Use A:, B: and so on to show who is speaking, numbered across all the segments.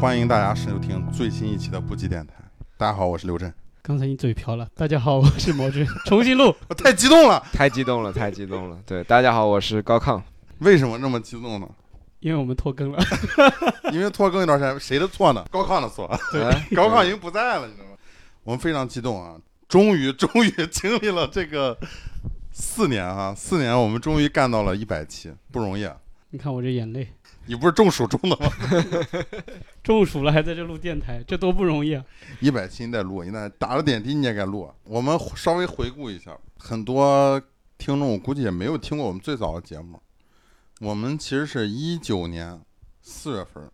A: 欢迎大家收听最新一期的不羁电台。大家好，我是刘震。
B: 刚才你嘴瓢了。大家好，我是 毛军，重新录。
A: 我 太激动了，
C: 太激动了，太激动了。对，大家好，我是高亢。
A: 为什么这么激动呢？
B: 因为我们拖更了。
A: 因为拖更一段时间，谁的错呢？高亢的 错，
B: 对
C: 哎
A: 高亢已经不在了，你知道吗？我们非常激动啊！终于， 终于经历了这个四年啊，四年我们终于干到了一百期，不容易啊！
B: 你看我这眼泪，
A: 你不是中暑中的吗？
B: 中暑了还在这录电台，这多不容 易啊！
A: 一百期你得录，你得打了点滴你也该录。我们稍微回顾一下，很多听众我估计也没有听过我们最早的节目。我们其实是一九年四月份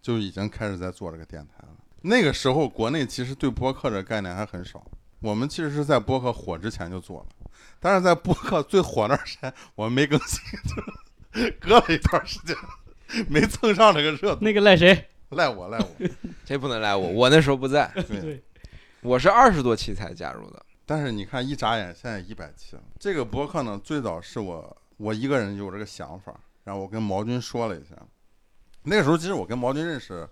A: 就已经开始在做这个电台了。那个时候国内其实对播客这个概念还很少，我们其实是在播客火之前就做了，但是在播客最火那段时间我们没更新，就 隔了一段时间没蹭上这个热度，
B: 那个赖谁？
A: 赖我赖我。
C: 这不能赖我，我那时候不在，
A: 对
B: 对，
C: 我是二十多期才加入的。
A: 但是你看，一眨眼现在一百期了。这个博客呢，最早是我我一个人有这个想法，然后我跟毛军说了一下。那个时候其实我跟毛军认识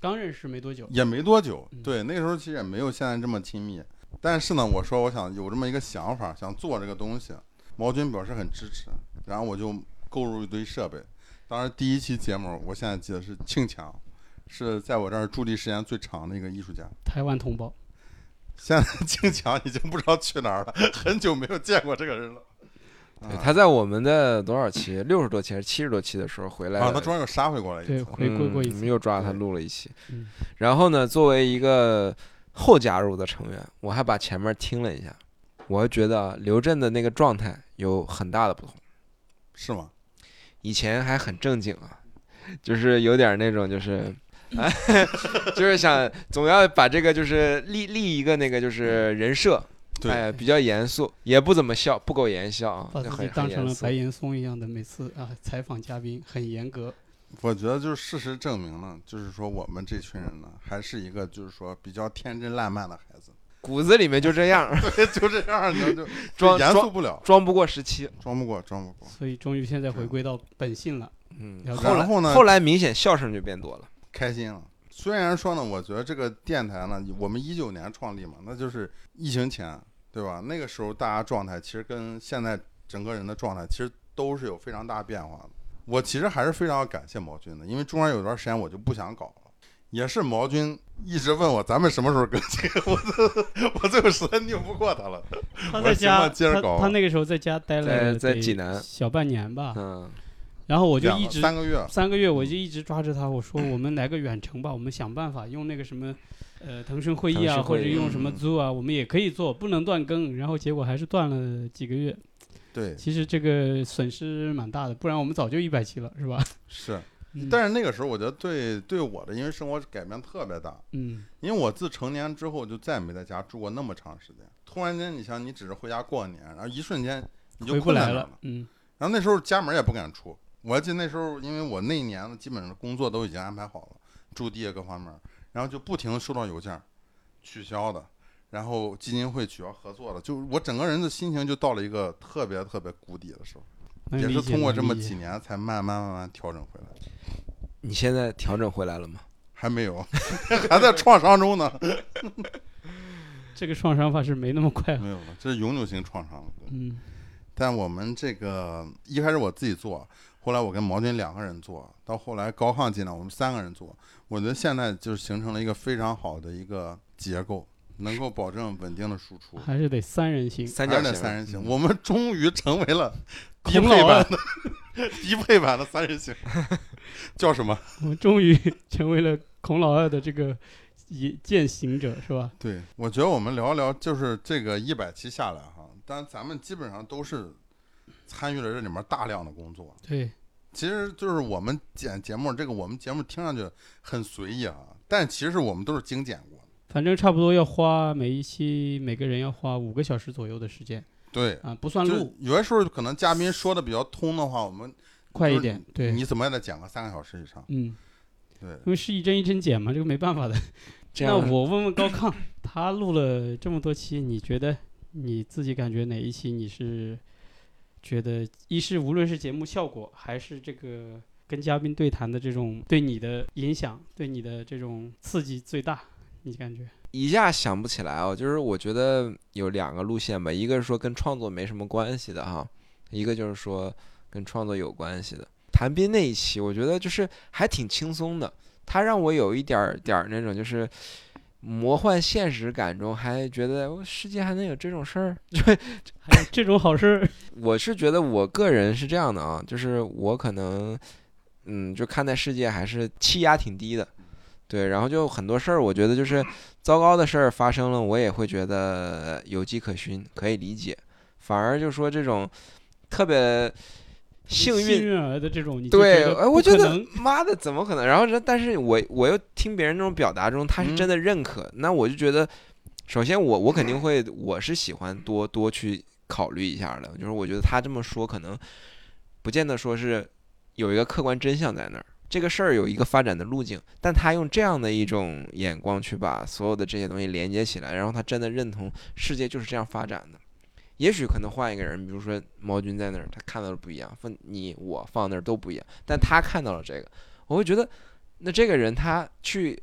B: 刚认识没多久。
A: 也没多久
B: 嗯，
A: 对，那个时候其实也没有现在这么亲密。但是呢，我说我想有这么一个想法，想做这个东西，毛军表示很支持，然后我就购入一堆设备。当时第一期节目，我现在记得是庆强，是在我这儿驻地时间最长的一个艺术家。
B: 台湾同胞，
A: 现在 庆强已经不知道去哪儿了，很久没有见过这个人了。啊
C: 对，他在我们的多少期，六十多期还是七十多期的时候回来
A: 啊，
C: 了
A: 他中间又杀回过来一
B: 对
A: 次，
B: 回归过一
C: 嗯我
B: 次
C: 们。又抓他录了一期
B: 嗯。
C: 然后呢，作为一个后加入的成员，我还把前面听了一下，我还觉得啊刘震的那个状态有很大的不同。
A: 是吗？
C: 以前还很正经啊，就是有点那种就是。 哎，就是想总要把这个就是立立一个那个就是人设，
A: 对
C: 哎，比较严肃，也不怎么笑，不苟言笑啊，
B: 把
C: 就
B: 自
C: 很
B: 己当
C: 很
B: 成
C: 严
B: 了
C: 肃
B: 白。岩松一样的，每次啊采访嘉宾很严格。
A: 我觉得就是事实证明了，就是说我们这群人呢，还是一个就是说比较天真烂漫的孩子，
C: 骨子里面就这样，
A: 对，就这样，你知道就
C: 装
A: 就严肃
C: 装
A: 不了，
C: 装不过时期。
A: 装不过，装不过。
B: 所以终于现在回归到本性了。
C: 嗯，
B: 了解
C: 后来
A: 然后呢
C: 后来明显笑声就变多了。
A: 开心了。虽然说呢，我觉得这个电台呢，我们一九年创立嘛，那就是疫情前，对吧？那个时候大家状态其实跟现在整个人的状态其实都是有非常大变化的。我其实还是非常感谢毛军的，因为中间有段时间我就不想搞了，也是毛军一直问我咱们什么时候更新， 我我最后实在拗不过他了。
B: 他
A: 我
B: 在
A: 行
B: 家，
A: 吧接着
B: 他
A: 搞啊
B: 他那个时候在家待了
C: 在在
B: 得
C: 济南
B: 小半年吧，
C: 嗯，
B: 然后我就
A: 两
B: 一
A: 个
B: 直
A: 三个月，
B: 三个月，我就一直抓着他，我说我们来个远程吧，我们想办法用那个什么，呃，腾讯会议
C: 腾
B: 啊，
C: 讯
B: 或
C: 会议
B: 者用什么
A: 嗯
B: Zoo 啊，我们也可以做，不能断更。然后结果还是断了几个月，
A: 对，
B: 其实这个损失蛮大的，不然我们早就一百期了，是吧？
A: 是。
B: 嗯、
A: 但是那个时候我觉得对对我的因为生活改变特别大，
B: 嗯，
A: 因为我自成年之后就再也没在家住过那么长时间。突然间，你想，你只是回家过年，然后一瞬间你就
B: 回不
A: 困在
B: 来
A: 那儿
B: 了。，嗯，
A: 然后那时候家门也不敢出。我还记得那时候，因为我那一年基本上工作都已经安排好了，驻地啊各方面，然后就不停地收到邮件，取消的，然后基金会取消合作的，就我整个人的心情就到了一个特别特别谷底的时候，
B: 能
A: 也
B: 理
A: 是
B: 解
A: 通过
B: 能
A: 这么
B: 理解
A: 几年才慢慢慢慢调整回来。
C: 你现在调整回来了吗？
A: 还没有， 还在创伤中 呢。
B: 这个创伤法是没那么快了。
A: 没有了，这是永久性创伤了。
B: 嗯，
A: 但我们这个一开始我自己做，后来我跟毛军两个人做，到后来高亢进来，我们三个人做。我觉得现在就是形成了一个非常好的一个结构，能够保证稳定的输出。
B: 还是得三人行，
C: 三角
A: 而且
C: 形，
A: 三人行，
C: 嗯
A: 我们终于成为了低
B: 孔
A: 配
B: 老
A: 版
B: 啊
A: 的 低配版的三人行，叫什么？
B: 我们终于 成为了孔老二的这个也践行者，是吧？
A: 对，我觉得我们聊一聊，就是这个一百期下来哈，但咱们基本上都是参与了这里面大量的工作。
B: 对，
A: 其实就是我们剪节目，这个我们节目听上去很随意啊，但其实我们都是精简过的。
B: 反正差不多要花每一期每个人要花五个小时左右的时间
A: 对，
B: 啊，不算
A: 就
B: 录
A: 是，有些时候可能嘉宾说的比较通的话，我们
B: 快一
A: 就是
B: 点，对，
A: 你怎么也得剪个三个小时以上。
B: 嗯，
A: 对，
B: 因为是一针一针减嘛，这个没办法的。
C: 这
B: 那
C: 样
B: 我问问高亢，他录了这么多期，你觉得你自己感觉哪一期你是觉得一是无论是节目效果还是这个跟嘉宾对谈的这种对你的影响，对你的这种刺激最大？你感觉？
C: 一下想不起来哦，就是我觉得有两个路线吧，一个是说跟创作没什么关系的哈，一个就是说跟创作有关系的。谭斌那一期，我觉得就是还挺轻松的，他让我有一点儿点儿那种就是魔幻现实感中，还觉得哦世界还能有这种事儿。
B: 还有这种好事儿？
C: 我是觉得我个人是这样的啊，就是我可能，嗯，就看待世界还是气压挺低的，对，然后就很多事儿，我觉得就是糟糕的事儿发生了，我也会觉得有迹可循，可以理解。反而就说这种特别幸运
B: 幸运儿的这种，你就
C: 对，
B: 觉得
C: 哎，我
B: 不
C: 觉
B: 可
C: 得
B: 能
C: 妈的，怎么可能？然后这，但是我我又听别人那种表达中，他是真的认可，那我就觉得，首先我我肯定会，我是喜欢多多去考虑一下的，就是我觉得他这么说可能不见得说是有一个客观真相在那儿，这个事儿有一个发展的路径，但他用这样的一种眼光去把所有的这些东西连接起来，然后他真的认同世界就是这样发展的。也许可能换一个人，比如说毛军在那儿，他看到的不一样，放你我放那儿都不一样，但他看到了这个，我会觉得，那这个人他去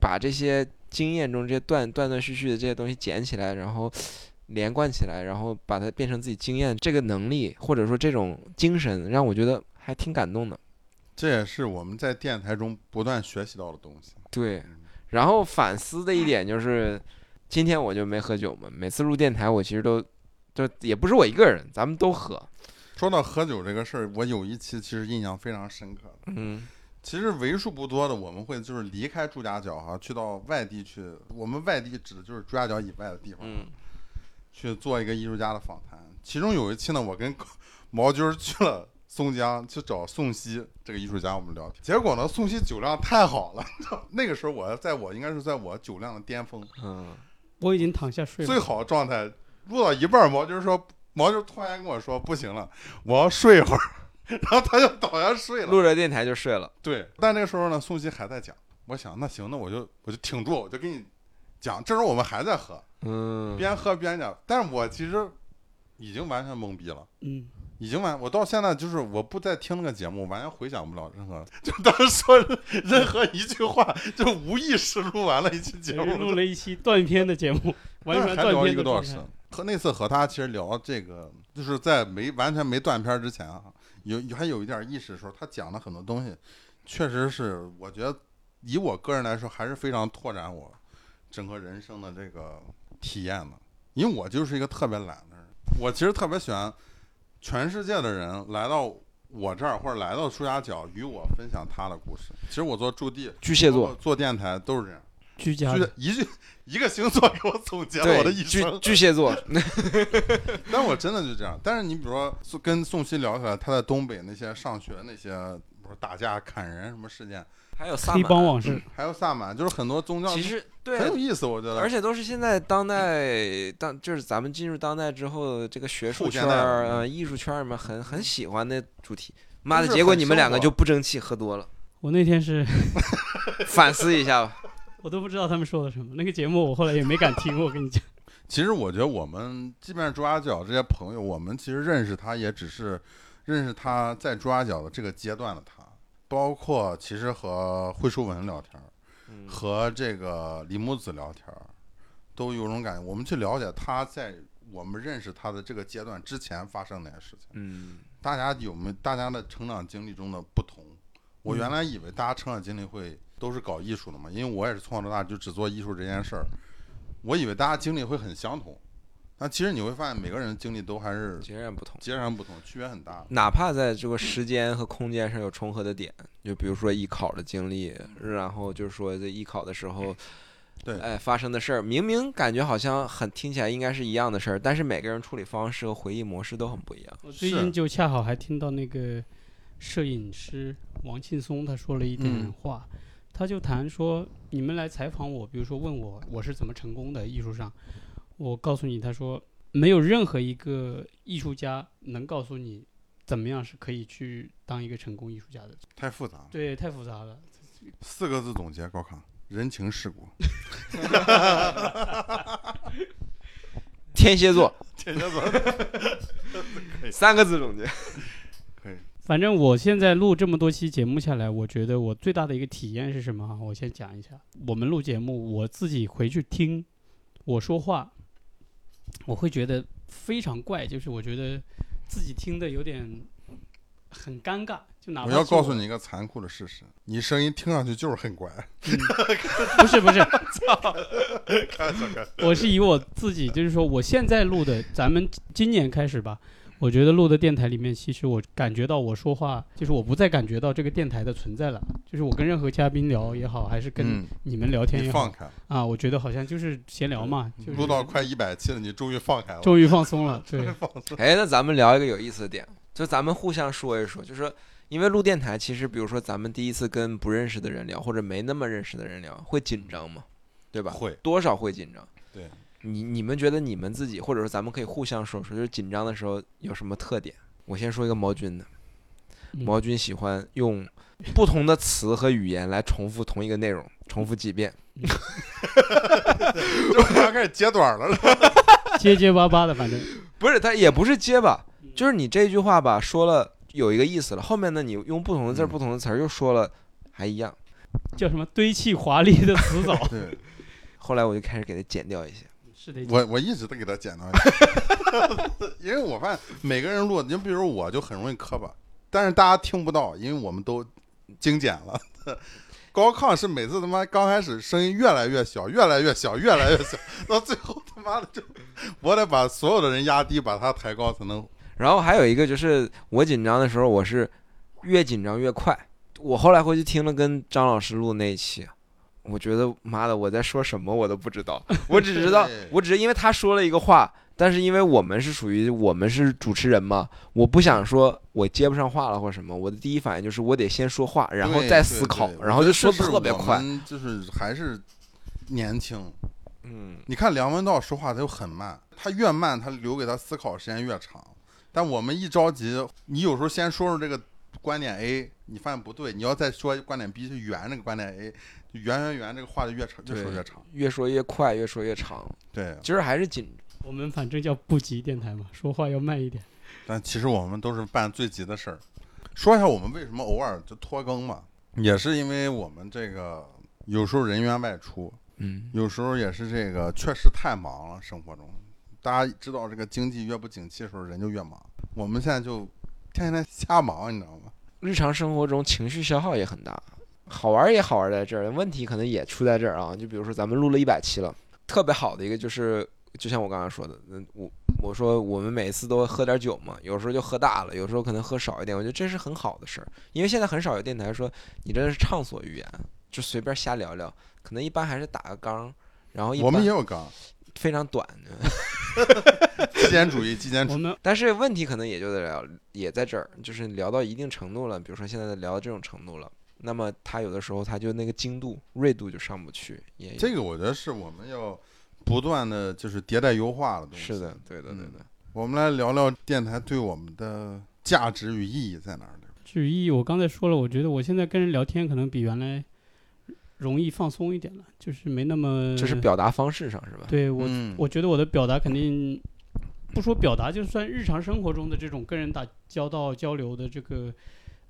C: 把这些经验中这些断断断续续的这些东西捡起来，然后连贯起来，然后把它变成自己经验，这个能力或者说这种精神，让我觉得还挺感动的。
A: 这也是我们在电台中不断学习到的东西。
C: 对，然后反思的一点就是，今天我就没喝酒嘛。每次录电台，我其实都，就也不是我一个人，咱们都喝。
A: 说到喝酒这个事儿，我有一期其实印象非常深刻的。
C: 嗯
A: 其实为数不多的，我们会就是离开朱家角哈、去到外地去。我们外地指的就是朱家角以外的地方，
C: 嗯
A: 去做一个艺术家的访谈。其中有一期呢，我跟 毛军儿去了松江去找宋希这个艺术家，我们聊天。结果呢，宋希酒量太好了， 你知道那个时候我在我应该是在我酒量的巅峰，
C: 嗯，
B: 我已经躺下睡
A: 最
B: 了。
A: 好的状态。录到一半儿，毛军说，毛军突然跟我说不行了，我要睡一会儿， 然后他就倒下睡了。
C: 录着电台就睡了。
A: 对，但那个时候呢，宋希还在讲，我想那行，那我就我就挺住，我就跟你讲。这时候我们还在喝，
C: 嗯，
A: 边喝边讲，但是我其实已经完全懵逼了。
B: 嗯，
A: 已经完，我到现在就是我不再听那个节目，我完全回想不了任何， 就当时说任何一句话，就无意识录完了一期节
B: 也
A: 目，
B: 是录了一期断片的节 目，完全
A: 还
B: 断
A: 聊
B: 片
A: 一个
B: 的
A: 多小
B: 状
A: 时
B: 态。。
A: 和那次和他其实聊这个，就是在没完全没断片儿之前啊，有有还有一点意识的时候，他讲了很多东西，确实是我觉得以我个人来说，还是非常拓展我整个人生的这个体验的。因为我就是一个特别懒的人，我其实特别喜欢全世界的人来到我这儿或者来到朱家角与我分享他的故事。其实我做驻地、
C: 巨蟹座
A: 包括。做电台都是这样。
B: 居家
A: 就是
B: 的，
A: 一句一个星座给我总结了
C: 对
A: 我的一
C: 巨
A: 生，
C: 巨 蟹座，
A: 但我真的就这样。但是你比如说宋跟宋希聊起来，他在东北那些上学那些，不是打架砍人什么事件，
C: 还有萨
B: 黑帮往
C: 满，
B: 事，
A: 还有萨满，就是很多宗教
C: 其实对
A: 很，有意思，我觉得。
C: 而且都是现在当代当就是咱们进入当代之后，这个学术
A: 后现
C: 圈
A: 代
C: 儿、
A: 了
C: 呃、艺术圈儿里面很很喜欢的主题。妈的，
A: 就是
C: 结果
A: 很
C: 你们两
A: 生
C: 个
A: 活
C: 就不争气，喝多了，
B: 我那天是
C: 反思一下吧。
B: 我都不知道他们说的什么。那个节目我后来也没敢听，我跟你讲，
A: 其实我觉得我们，即便是朱家角这些朋友，我们其实认识他也只是认识他在朱家角的这个阶段的他，包括其实和惠舒文聊天儿，
C: 嗯
A: 和这个李木子聊天儿，都有种感觉，我们去了解他在我们认识他的这个阶段之前发生的那些事情。
C: 嗯，
A: 大家有没有大家的成长经历中的不同？我
B: 嗯
A: 原来以为大家成长经历会都是搞艺术的嘛，因为我也是从小到大就只做艺术这件事儿，我以为大家经历会很相同，但其实你会发现每个人的经历都还是
C: 截然不同。
A: 截然不同，区别很大。
C: 哪怕在这个时间和空间上有重合的点，就比如说艺考的经历，然后就是说在艺考的时候，
A: 对
C: 哎发生的事儿，明明感觉好像很听起来应该是一样的事儿，但是每个人处理方式和回忆模式都很不一样。
B: 我 最
A: 是
B: 近就恰好还听到那个摄影师王劲松他说了一点
A: 嗯
B: 话，他就谈说你们来采访我，比如说问我我是怎么成功的艺术上，我告诉你，他说没有任何一个艺术家能告诉你怎么样是可以去当一个成功艺术家的，
A: 太复杂了，
B: 对，太复杂了。
A: 四个字总结高康：人情世故。
C: 天蝎座
A: 天蝎座
C: 三个字总结。
A: 可以，
B: 反正我现在录这么多期节目下来，我觉得我最大的一个体验是什么哈？啊我先讲一下，我们录节目，我自己回去听我说话，我会觉得非常怪，就是我觉得自己听的有点很尴尬，就哪怕
A: 我要
B: 是
A: 告诉你一个残酷的事实，你声音听上去就是很乖。
B: 嗯不是不 是，我是以我自己，就是说我现在录的，咱们今年开始吧。我觉得录的电台里面，其实我感觉到我说话，就是我不再感觉到这个电台的存在了。就是我跟任何嘉宾聊也好，还是跟
A: 嗯，
B: 你们聊天
A: 你
B: 也
A: 放
B: 好、
A: 开，
B: 啊，我觉得好像就是闲聊嘛，就是
A: 录到快一百期了，你终于放开了。
B: 终于放松了。对，
C: 哎，那咱们聊一个有意思的点，就咱们互相说一说，就说因为录电台，其实比如说咱们第一次跟不认识的人聊，或者没那么认识的人聊，会紧张吗？对吧？
A: 会，
C: 多少会紧张。
A: 对，
C: 你你们觉得你们自己，或者说咱们可以互相说说，就是紧张的时候有什么特点？我先说一个毛军的，
B: 嗯
C: 毛军喜欢用不同的词和语言来重复同一个内容，重复几遍。
A: 就快开始截短了。
B: 结结巴巴的，反正
C: 不是，他也不是结巴，就是你这句话吧，说了有一个意思了，后面呢，你用不同的字儿、
A: 嗯，
C: 不同的词儿又说了，还一样。
B: 叫什么堆砌华丽的词藻
A: 对，
C: 后来我就开始给它剪掉一些。
B: 是得
A: 我我一直都给他剪到， 因为我发现每个人录，你比如我就很容易磕巴，但是大家听不到，因为我们都精简了。 高亢是每次他妈刚开始声音越来越小，越来越小，越来越小，到最后他妈的就，我得把所有的人压低，把他抬高才能。
C: 然后还有一个就是我紧张的时候，我是越紧张越快。我后来回去听了跟张老师录那一期，我觉得妈的我在说什么我都不知道， 我只知道
A: 对
C: 我只是因为他说了一个话，但是因为我们是属于我们是主持人嘛，我不想说我接不上话了或者什么，我的第一反应就是我得先说话，然后
A: 对
C: 再
A: 对
C: 思考
A: 对，
C: 然后就说
A: 这
C: 得
A: 是
C: 特别
A: 我
C: 快。
A: 们就是还是年轻，
C: 嗯，
A: 你看梁文道说话，他就很慢，他越慢，他留给他思考时间越长。但我们一着急，你有时候先说说这个观点 A，你发现不对，你要再说观点 B 去圆这个观点 A，就圆圆圆，这个话就越长，越说越长。
C: 越说越快，越说越长，
A: 对，
C: 其实还是紧。
B: 我们反正叫不急电台嘛，说话要慢一点。
A: 但其实我们都是办最急的事儿。说一下我们为什么偶尔就拖更嘛，也是因为我们这个有时候人员外出，
C: 嗯，
A: 有时候也是这个，确实太忙了，生活中。大家知道，这个经济越不景气的时候，人就越忙。我们现在就天天瞎忙，你知道吗？
C: 日常生活中情绪消耗也很大，好玩儿也好玩儿在这儿，问题可能也出在这儿啊。就比如说咱们录了一百期了，特别好的一个就是，就像我刚刚说的，嗯，我我说我们每次都喝点酒嘛，有时候就喝大了，有时候可能喝少一点，我觉得这是很好的事儿，因为现在很少有电台说你真的是畅所欲言，就随便瞎聊聊，可能一般还是打个纲，然后一
A: 我们也
C: 般
A: 有刚，
C: 非常短，
A: 极简主义，极简主
B: 我
A: 义。
B: 们
C: 但是问题可能也就在聊，也在这儿，就是聊到一定程度了，比如说现在聊到这种程度了，那么他有的时候他就那个精度、锐度就上不去，也
A: 这个我觉得是我们要不断的就是迭代优化的东西。
C: 是的，对的，
A: 嗯
C: 对的。
A: 我们来聊聊电台对我们的价值与意义在哪儿呢
B: 至于意义，我刚才说了，我觉得我现在跟人聊天可能比原来容易放松一点了，就是没那么
C: 这是表达方式上是吧？
B: 嗯对我、
A: 嗯
B: 我觉得我的表达肯定不说表达，就算日常生活中的这种跟人打交道交流的这个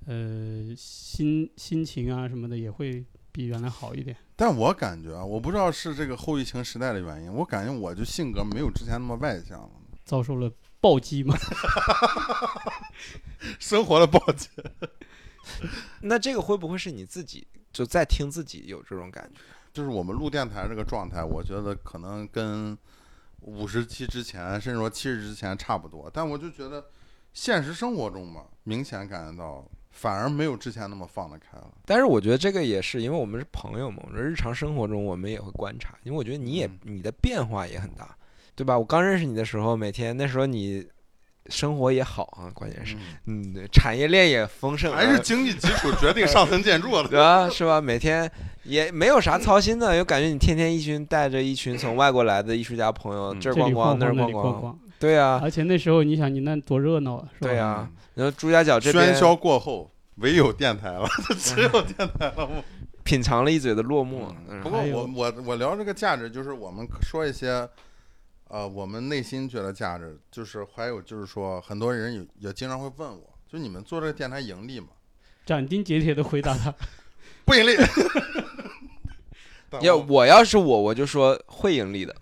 B: 呃心心情啊什么的，也会比原来好一点。
A: 但我感觉啊，我不知道是这个后疫情时代的原因，我感觉我就性格没有之前那么外向了，
B: 遭受了暴击嘛，
A: 生活的暴击。
C: 那这个会不会是你自己就在听自己有这种感觉？
A: 就是我们录电台这个状态，我觉得可能跟五十期之前，甚至说七十之前差不多。但我就觉得现实生活中嘛，明显感觉到反而没有之前那么放得开了。
C: 但是我觉得这个也是因为我们是朋友嘛，我们日常生活中我们也会观察，因为我觉得你也
A: 嗯
C: 你的变化也很大，对吧？我刚认识你的时候，每天那时候你生活也好啊，关键是嗯，产业链也丰盛啊，
A: 还是经济基础决定上层建筑 的。
C: 对啊，是吧？每天也没有啥操心的，又感觉你天天一群带着一群从外国来的艺术家朋友，
A: 嗯
C: 这
B: 这
C: 儿
B: 里晃
C: 逛
B: 晃
C: 那儿
B: 那
C: 逛
B: 里逛逛，
C: 对啊，
B: 而且那时候你想，你那多热闹啊，是吧？
C: 对啊。然后朱家角这边
A: 喧嚣过后，唯有电台 了，只有电台了。我
C: 品尝了一嘴的落寞，嗯
A: 不过
B: 还有
A: 我我我聊这个价值，就是我们说一些，呃，我们内心觉得价值，就是还有就是说，很多人也也经常会问我，就你们做这个电台盈利吗？
B: 斩钉截铁的回答他，
A: 不盈利。但
C: 要
A: 我
C: 我要是我，我就说会盈利的。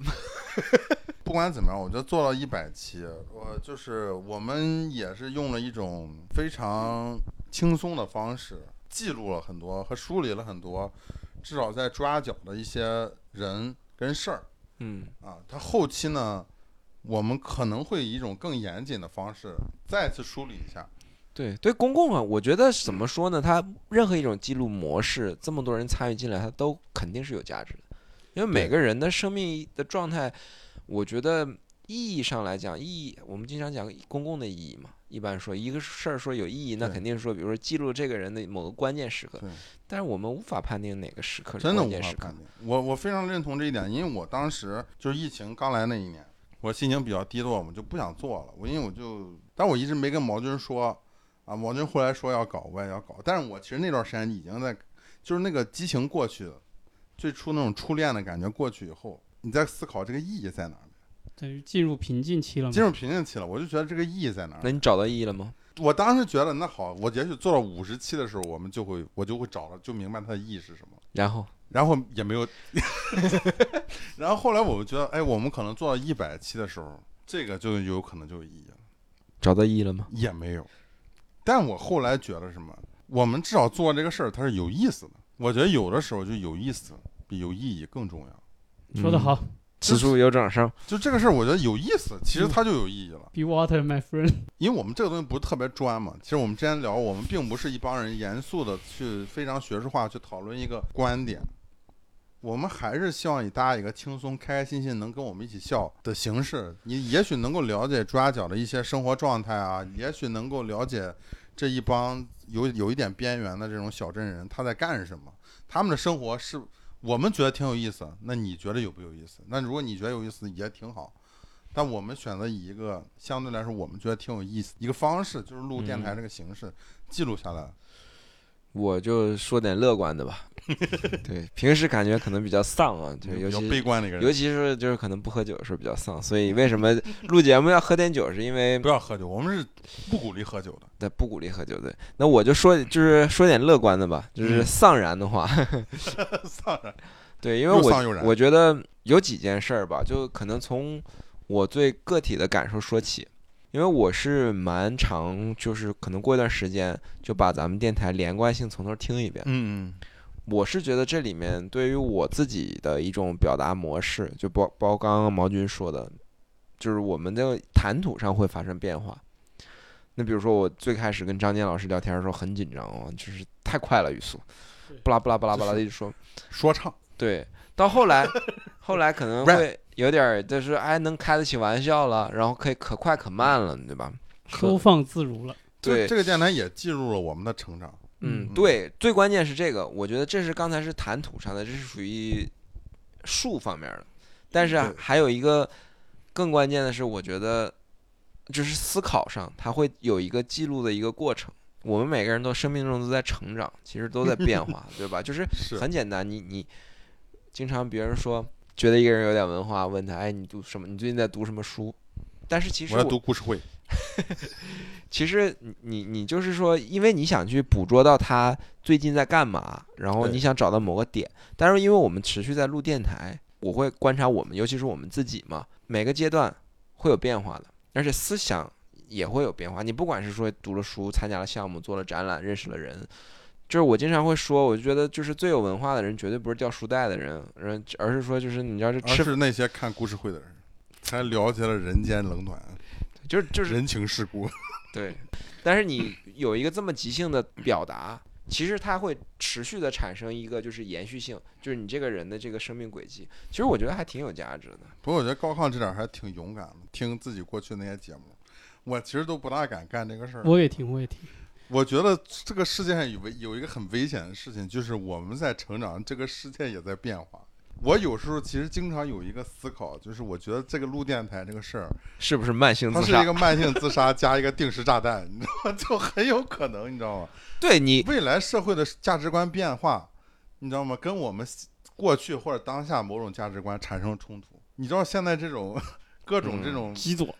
A: 不管怎么样，我觉得做到一百期，我就是我们也是用了一种非常轻松的方式，记录了很多和梳理了很多，至少在抓角的一些人跟事儿
C: 嗯，
A: 啊。他后期呢，我们可能会以一种更严谨的方式再次梳理一下。
C: 对对，公共啊，我觉得怎么说呢？它任何一种记录模式，这么多人参与进来，它都肯定是有价值的，因为每
A: 对
C: 个人的生命的状态，我觉得意义上来讲，意义我们经常讲公共的意义嘛。一般说一个事儿说有意义，那
A: 对
C: 肯定是说，比如说记录这个人的某个关键时刻
A: 对，
C: 但是我们无法判定哪个时刻是
A: 真的
C: 关
A: 无
C: 键
A: 法
C: 时刻
A: 判。定。我我非常认同这一点，因为我当时就是疫情刚来那一年，我心情比较低落，我就不想做了。我因为我就，但我一直没跟毛军说啊，毛军后来说要搞，我也要搞。但是我其实那段时间已经在，就是那个激情过去了，最初那种初恋的感觉过去以后，你在思考这个意义在哪儿，
B: 等于进入瓶颈期了
A: 进
B: 嘛。
A: 入瓶颈期了，我就觉得这个意义在哪儿。
C: 那你找到意义了吗？
A: 我当时觉得那好，我也许做到五十期的时候，我们就会我就会找到，就明白它的意义是什么。
C: 然后，
A: 然后也没有， 然后后来我觉得，哎，我们可能做到一百期的时候，这个就有可能就有意义了，
C: 找到意义了吗？
A: 也没有。但我后来觉得什么，我们至少做这个事儿，它是有意思的。我觉得有的时候就有意思比有意义更重要。
B: 说得好
C: 嗯此处有掌声。
A: 就这个事儿，我觉得有意思，其实它就有意义了。
B: ，Be water, my friend。
A: 因为我们这个东西不是特别专嘛，其实我们之前聊，我们并不是一帮人严肃的去非常学术化去讨论一个观点，我们还是希望以大家一个轻松、开开心心能跟我们一起笑的形式，你也许能够了解抓角的一些生活状态啊，也许能够了解这一帮有有一点边缘的这种小镇人他在干什么，他们的生活是我们觉得挺有意思，那你觉得有不有意思？那如果你觉得有意思也挺好，但我们选择以一个相对来说我们觉得挺有意思一个方式，就是录电台这个形
C: 嗯
A: 式、记录下来。
C: 我就说点乐观 的吧。对，平时感觉可能比较丧啊，就尤
A: 比较
C: 其
A: 悲观的一个
C: 尤
A: 人，
C: 其是就是可能不喝酒的时候比较丧，所以为什么录节目要喝点酒，是因为
A: 不要喝酒，我们是不鼓励喝酒的。
C: 对不鼓励喝酒。对，那我就说就是说点乐观的吧，就是
A: 嗯
C: 丧然的话，
A: 丧然，
C: 对，因为
A: 又丧又
C: 我
A: 然
C: 我觉得有几件事儿吧，就可能从我最个体的感受说起，因为我是蛮长，就是可能过一段时间就把咱们电台连贯性从头听一遍。
A: 嗯
C: 我是觉得这里面对于我自己的一种表达模式，就包包括刚刚毛军说的，就是我们的谈吐上会发生变化。那比如说我最开始跟张健老师聊天的时候很紧张哦，就是太快了语速
B: 对，
C: 巴拉巴拉巴拉巴拉
A: 就
C: 地
A: 是
C: 一直说。
A: 说唱，
C: 对，到后来，后来可能
A: Rap
C: 会有点儿就是哎能开得起玩笑了，然后可以可快可慢了，对吧？
B: 收放自如了。
A: 就
C: 对
A: 这个电台也记录了我们的成长。
C: 嗯，
A: 嗯
C: 对，最关键是这个，我觉得这是刚才是谈吐上的，这是属于术方面的，但是啊
A: 对
C: 还有一个更关键的是，我觉得就是思考上，它会有一个记录的一个过程。我们每个人都生命中都在成长，其实都在变化，对吧？就是
A: 是
C: 很简单，你你经常别人说觉得一个人有点文化，问他，哎，你读什么？你最近在读什么书？但是其实
A: 我要读故事会，
C: 其实你你你就是说，因为你想去捕捉到他最近在干嘛，然后
A: 对
C: 你想找到某个点，但是因为我们持续在录电台，我会观察我们，尤其是我们自己嘛，每个阶段会有变化的，而且思想也会有变化。你不管是说读了书、参加了项目、做了展览、认识了人，就是我经常会说，我就觉得就是最有文化的人绝对不是掉书袋的人，人而是说就是你知道这
A: 而
C: 吃
A: 是那些看故事会的人，才了解了人间冷暖、
C: 就是就是
A: 人情世故。
C: 对， 但是你有一个这么即兴的表达，其实它会持续的产生一个就是延续性，就是你这个人的这个生命轨迹，其实我觉得还挺有价值的。
A: 不过我觉得高亢这点还挺勇敢的，听自己过去那些节目，我其实都不大敢干这个事儿。
B: 我也听，我也听。
A: 我觉得这个世界上有危有一个很危险的事情，就是我们在成长，这个世界也在变化。我有时候其实经常有一个思考，就是我觉得这个录电台这个事儿，
C: 是不是慢性
A: 它
C: 自
A: 是一
C: 杀？
A: 个慢性自杀加一个定时炸弹，你知道吗？ 就很有可能，你知道吗？
C: 对你，
A: 未来社会的价值观变化，你知道吗？跟我们过去或者当下某种价值观产生冲突。你知道现在这种各种这
C: 嗯
A: 种、
B: 基佐，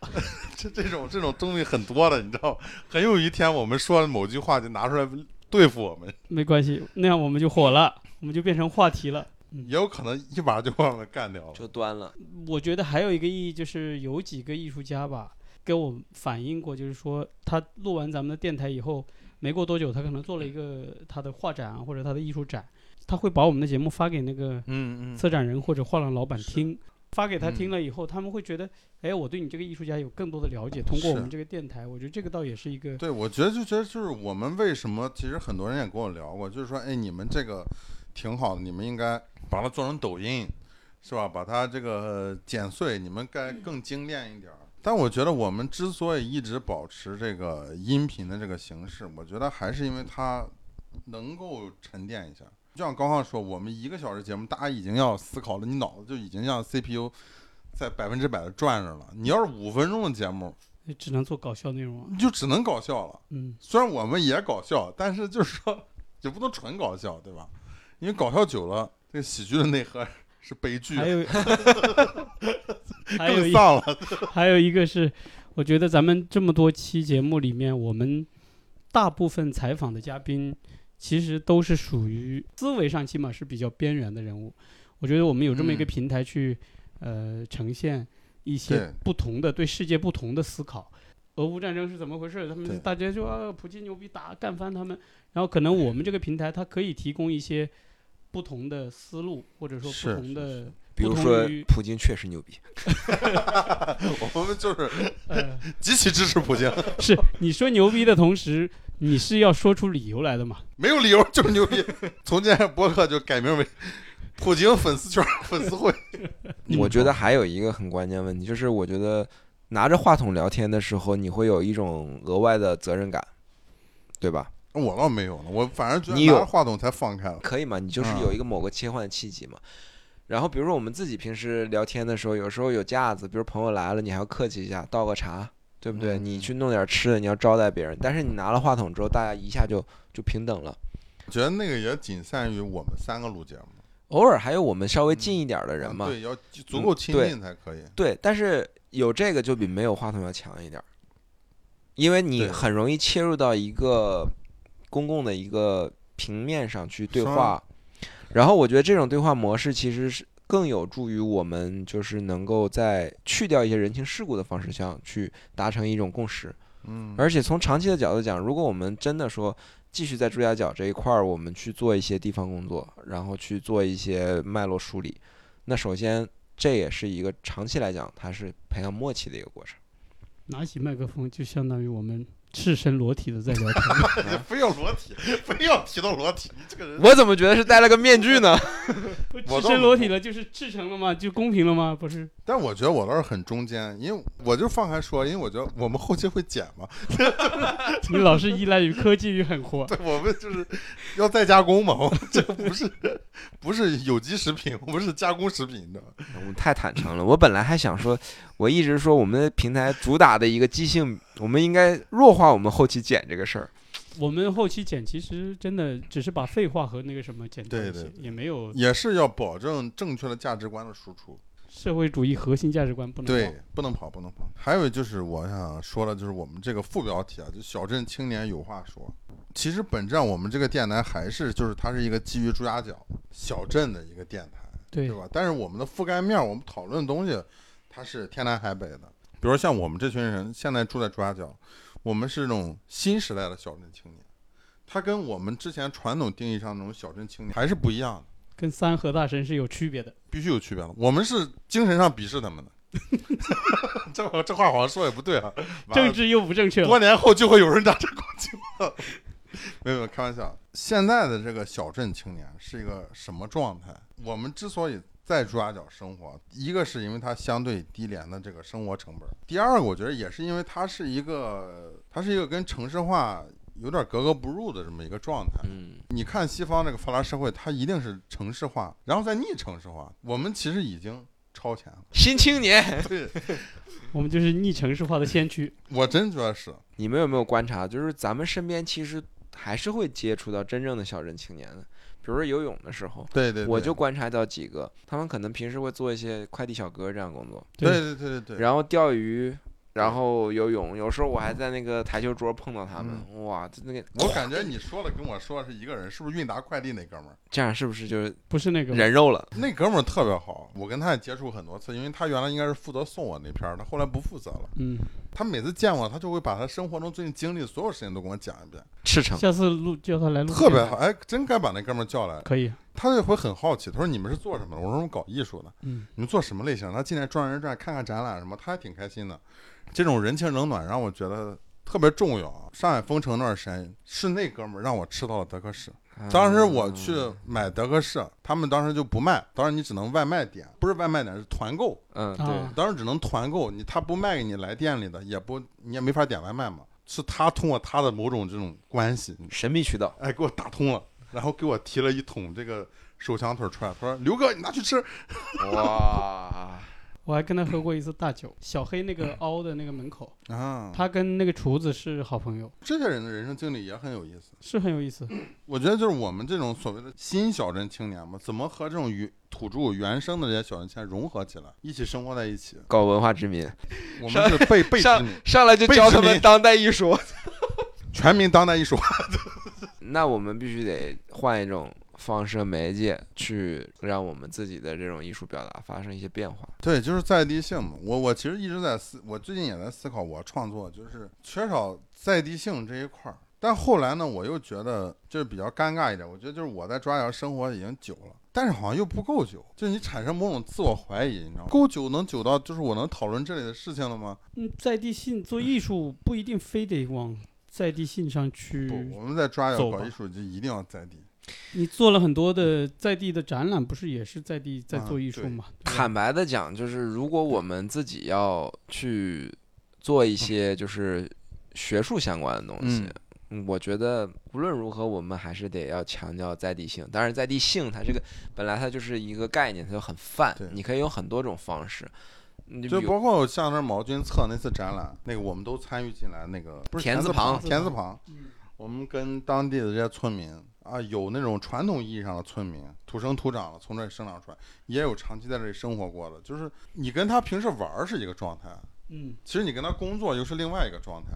A: 这这种这种东西很多的，你知道吗？很有一天我们说了某句话就拿出来对付我们，
B: 没关系，那样我们就火了，我们就变成话题了。
A: 也有可能一把就把我们干掉了。
C: 就端了，
B: 我觉得还有一个意义就是有几个艺术家吧，跟我反映过，就是说他录完咱们的电台以后，没过多久，他可能做了一个
A: 嗯
B: 他的画展啊或者他的艺术展，他会把我们的节目发给那个
A: 嗯
B: 策展人或者画廊老板
A: 是
B: 听，发给他
A: 嗯
B: 听了以后，他们会觉得，哎，我对你这个艺术家有更多的了解。通过我
A: 是
B: 们这个电台，我觉得这个倒也是一个，
A: 对，我觉得就觉得就是我们为什么，其实很多人也跟我聊过，就是说，哎，你们这个挺好的，你们应该把它做成抖音，是吧？把它这个呃剪碎，你们该更精炼一点儿。但我觉得我们之所以一直保持这个音频的这个形式，我觉得还是因为它能够沉淀一下。就像刚刚说，我们一个小时节目，大家已经要思考了，你脑子就已经像 CPU 在百分之百的转着了。你要是五分钟的节目，
B: 只能做搞笑内容啊。
A: 你就只能搞笑了。
B: 嗯，
A: 虽然我们也搞笑，但是就是说 也不能纯搞笑，对吧？因为搞笑久了，这个喜剧的内核是悲剧，
B: 还有，还
A: 啊
B: 有
A: 更
B: 一
A: 丧了。
B: 还有一个是，我觉得咱们这么多期节目里面，我们大部分采访的嘉宾，其实都是属于思维上起码是比较边缘的人物。我觉得我们有这么一
A: 嗯
B: 个平台去，呃，呈现一些
A: 对
B: 不同的对世界不同的思考。俄乌战争是怎么回事？他
A: 对
B: 们大家就啊，普京牛逼打干翻他们。然后可能我们这个平台，它可以提供一些不同的思路，或者说
A: 是
B: 不同
A: 是
B: 的
A: 是，
C: 比如
B: 不同
C: 说
B: 于
C: 普京确实牛逼，
A: 我们就是
B: 呃，
A: 极其支持普京，
B: 是 你说牛逼的同时，你是要说出理由来的嘛？
A: 没有理由就是牛逼。从今天博客就改名为普京粉丝圈粉丝会。
B: 嗯
C: 我觉得还有一个很关键问题，就是我觉得拿着话筒聊天的时候，你会有一种额外的责任感，对吧？
A: 我倒没有了，我反正觉得
C: 你有
A: 拿着话筒才放开了。
C: 可以嘛？你就是有一个某个切换的契机嘛。然后比如说我们自己平时聊天的时候，有时候有架子，比如朋友来了，你还要客气一下，倒个茶，对不对？
A: 嗯
C: 你去弄点吃的，你要招待别人。但是你拿了话筒之后，大家一下就就平等了。
A: 觉得那个也仅限于我们三个录节目，
C: 偶尔还有我们稍微近一点的人嘛，嗯
A: 对，要足够亲近才可以。
C: 对，但是有这个就比没有话筒要强一点儿，因为你
A: 对
C: 很容易切入到一个公共的一个平面上去对
A: 是啊
C: 话，然后我觉得这种对话模式其实是更有助于我们就是能够在去掉一些人情世故的方式上去达成一种共识，
A: 嗯，
C: 而且从长期的角度讲，如果我们真的说继续在朱家角这一块儿，我们去做一些地方工作，然后去做一些脉络梳理，那首先这也是一个长期来讲，它是培养默契的一个过程。
B: 拿起麦克风就相当于我们赤身裸体的在聊天。
A: 你非要裸体，非要提到裸体，你这个人
C: 我怎么觉得是戴了个面具呢？
A: 我
B: 赤
A: 倒
B: 身裸体
A: 不
B: 了就是赤诚了吗？就公平了吗？不是，
A: 但我觉得我倒是很中间，因为我就放开说，因为我觉得我们后期会剪嘛，
B: 你老是依赖于科技与狠活。
A: 对， 我们就是要再加工嘛，我 们这个不是不是有机食品，我们是加工食品，你知道吗？
C: 我们太坦诚了。我本来还想说，我一直说我们的平台主打的一个即兴，我们应该弱化我们后期剪这个事儿。
B: 我们后期剪其实真的只是把废话和那个什么剪掉一
A: 对
B: 些
A: 对，
B: 也没有
A: 也是要保证正确的价值观的输出，
B: 社会主义核心价值观不能忘。
A: 对，不能跑，不能跑。还有就是我想说的，就是我们这个副标题啊，就小镇青年有话说。其实本质上我们这个电台还是就是它是一个基于朱家角小镇的一个电台。
B: 对
A: 对吧？但是我们的覆盖面儿，我们讨论的东西，它是天南海北的。比如像我们这群人现在住在朱家角，我们是那种新时代的小镇青年，它跟我们之前传统定义上那种小镇青年还是不一样的，
B: 跟三和大神是有区别的。
A: 必须有区别了。我们是精神上鄙视他们的， 这话这话好像说也不对啊，完
B: 政
A: 了
B: 治又不正确了。
A: 多年后就会有人拿这攻击我。没有没有，开玩笑。现在的这个小镇青年是一个什么状态？我们之所以在朱家角生活，一个是因为它相对低廉的这个生活成本，第二个我觉得也是因为它是一个，它是一个跟城市化有点格格不入的这么一个状态。
C: 嗯，
A: 你看西方这个发达社会，它一定是城市化，然后再逆城市化。我们其实已经超前 了。
C: 新青年，
A: 对，
B: 我们就是逆城市化的先驱。
A: 我真觉得是。
C: 你们有没有观察？就是咱们身边其实还是会接触到真正的小镇青年的。比如说游泳的时候，
A: 对对，
C: 我
A: 对
C: 就观察到几个，他们可能平时会做一些快递小哥这样的工作，
A: 对对对对对，
C: 然后钓鱼，然后游泳。有时候我还在那个台球桌碰到他们，哇，这那个
A: 嗯 我感觉你说的跟我说的是一个人，是不是韵达快递那哥们儿？
C: 这样是不是就是
B: 不是那个
C: 人肉了？
A: 那哥们儿特别好，我跟他也接触很多次，因为他原来应该是负责送我那片儿，他后来不负责了。
B: 嗯，
A: 他每次见我，他就会把他生活中最近经历的所有事情都跟我讲一遍，
C: 赤诚，
B: 下次录叫他来录，
A: 特别好。，哎，真该把那哥们儿叫来。
B: 可以，
A: 他就会很好奇，他说：“你们是做什么的？”我说：“我们搞艺术的。”
B: 嗯，
A: 你们做什么类型的？他进来转一转，看看展览什么，他还挺开心的。这种人情冷暖让我觉得特别重要啊。上海封城那段时间，是那哥们儿让我吃到了德克士。
C: 嗯
A: 当时我去买德克士，他们当时就不卖，当时你只能外卖点，不是外卖点是团购，
C: 嗯，
B: 啊
C: 对，
A: 当时只能团购，你他不卖给你来店里的，也不你也没法点外卖嘛。是他通过他的某种这种关系，
C: 神秘渠道，
A: 哎，给我打通了，然后给我提了一桶这个手枪腿儿出来，他说：“刘哥，你拿去吃。
C: 哇，
B: 我还跟他喝过一次大酒，小黑那
A: 嗯
B: 个凹的那个门口，”
A: 啊，
B: 他跟那个厨子是好朋友，
A: 这些人的人生经历也很有意思。
B: 是很有意思。
A: 我觉得就是我们这种所谓的新小镇青年嘛，怎么和这种原土著原生的这些小镇青年融合起来，一起生活在一起？
C: 搞文化殖民，
A: 我们是被被殖
C: 上
A: 民，
C: 上来就
A: 被
C: 教
A: 殖
C: 他们
A: 民
C: 当代艺术。
A: 全民当代艺术。
C: 那我们必须得换一种放射媒介，去让我们自己的这种艺术表达发生一些变化。
A: 对，就是在地性嘛。我我其实一直在思，我最近也在思考，我创作就是缺少在地性这一块儿。但后来呢，我又觉得就是比较尴尬一点。我觉得就是我在抓摇生活已经久了，但是好像又不够久，就是你产生某种自我怀疑，你知道吗？够久能久到就是我能讨论这类的事情了吗？
B: 嗯，在地性做艺术不一定非得往在地性上去，
A: 不，我们在抓摇
B: 走
A: 搞
B: 嗯吧
A: 艺术就一定要在地。
B: 你做了很多的在地的展览，不是也是在地在
A: 啊
B: 做艺术
A: 对
B: 嘛？对吧
C: 坦白的讲，就是如果我们自己要去做一些就是学术相关的东西，嗯我觉得无论如何，我们还是得要强调在地性。当然，在地性它这个本来它就是一个概念，它就很泛
A: 对，
C: 你可以有很多种方式。你
A: 就
C: 比如
A: 包括像那毛军策那次展览，那个我们都参与进来，那个不是
C: 田
A: 字
C: 字旁
A: 田字旁，
B: 嗯
A: 我们跟当地的这些村民啊，有那种传统意义上的村民，土生土长的从这里生长出来，也有长期在这里生活过的，就是你跟他平时玩儿是一个状态，
B: 嗯，
A: 其实你跟他工作又是另外一个状态，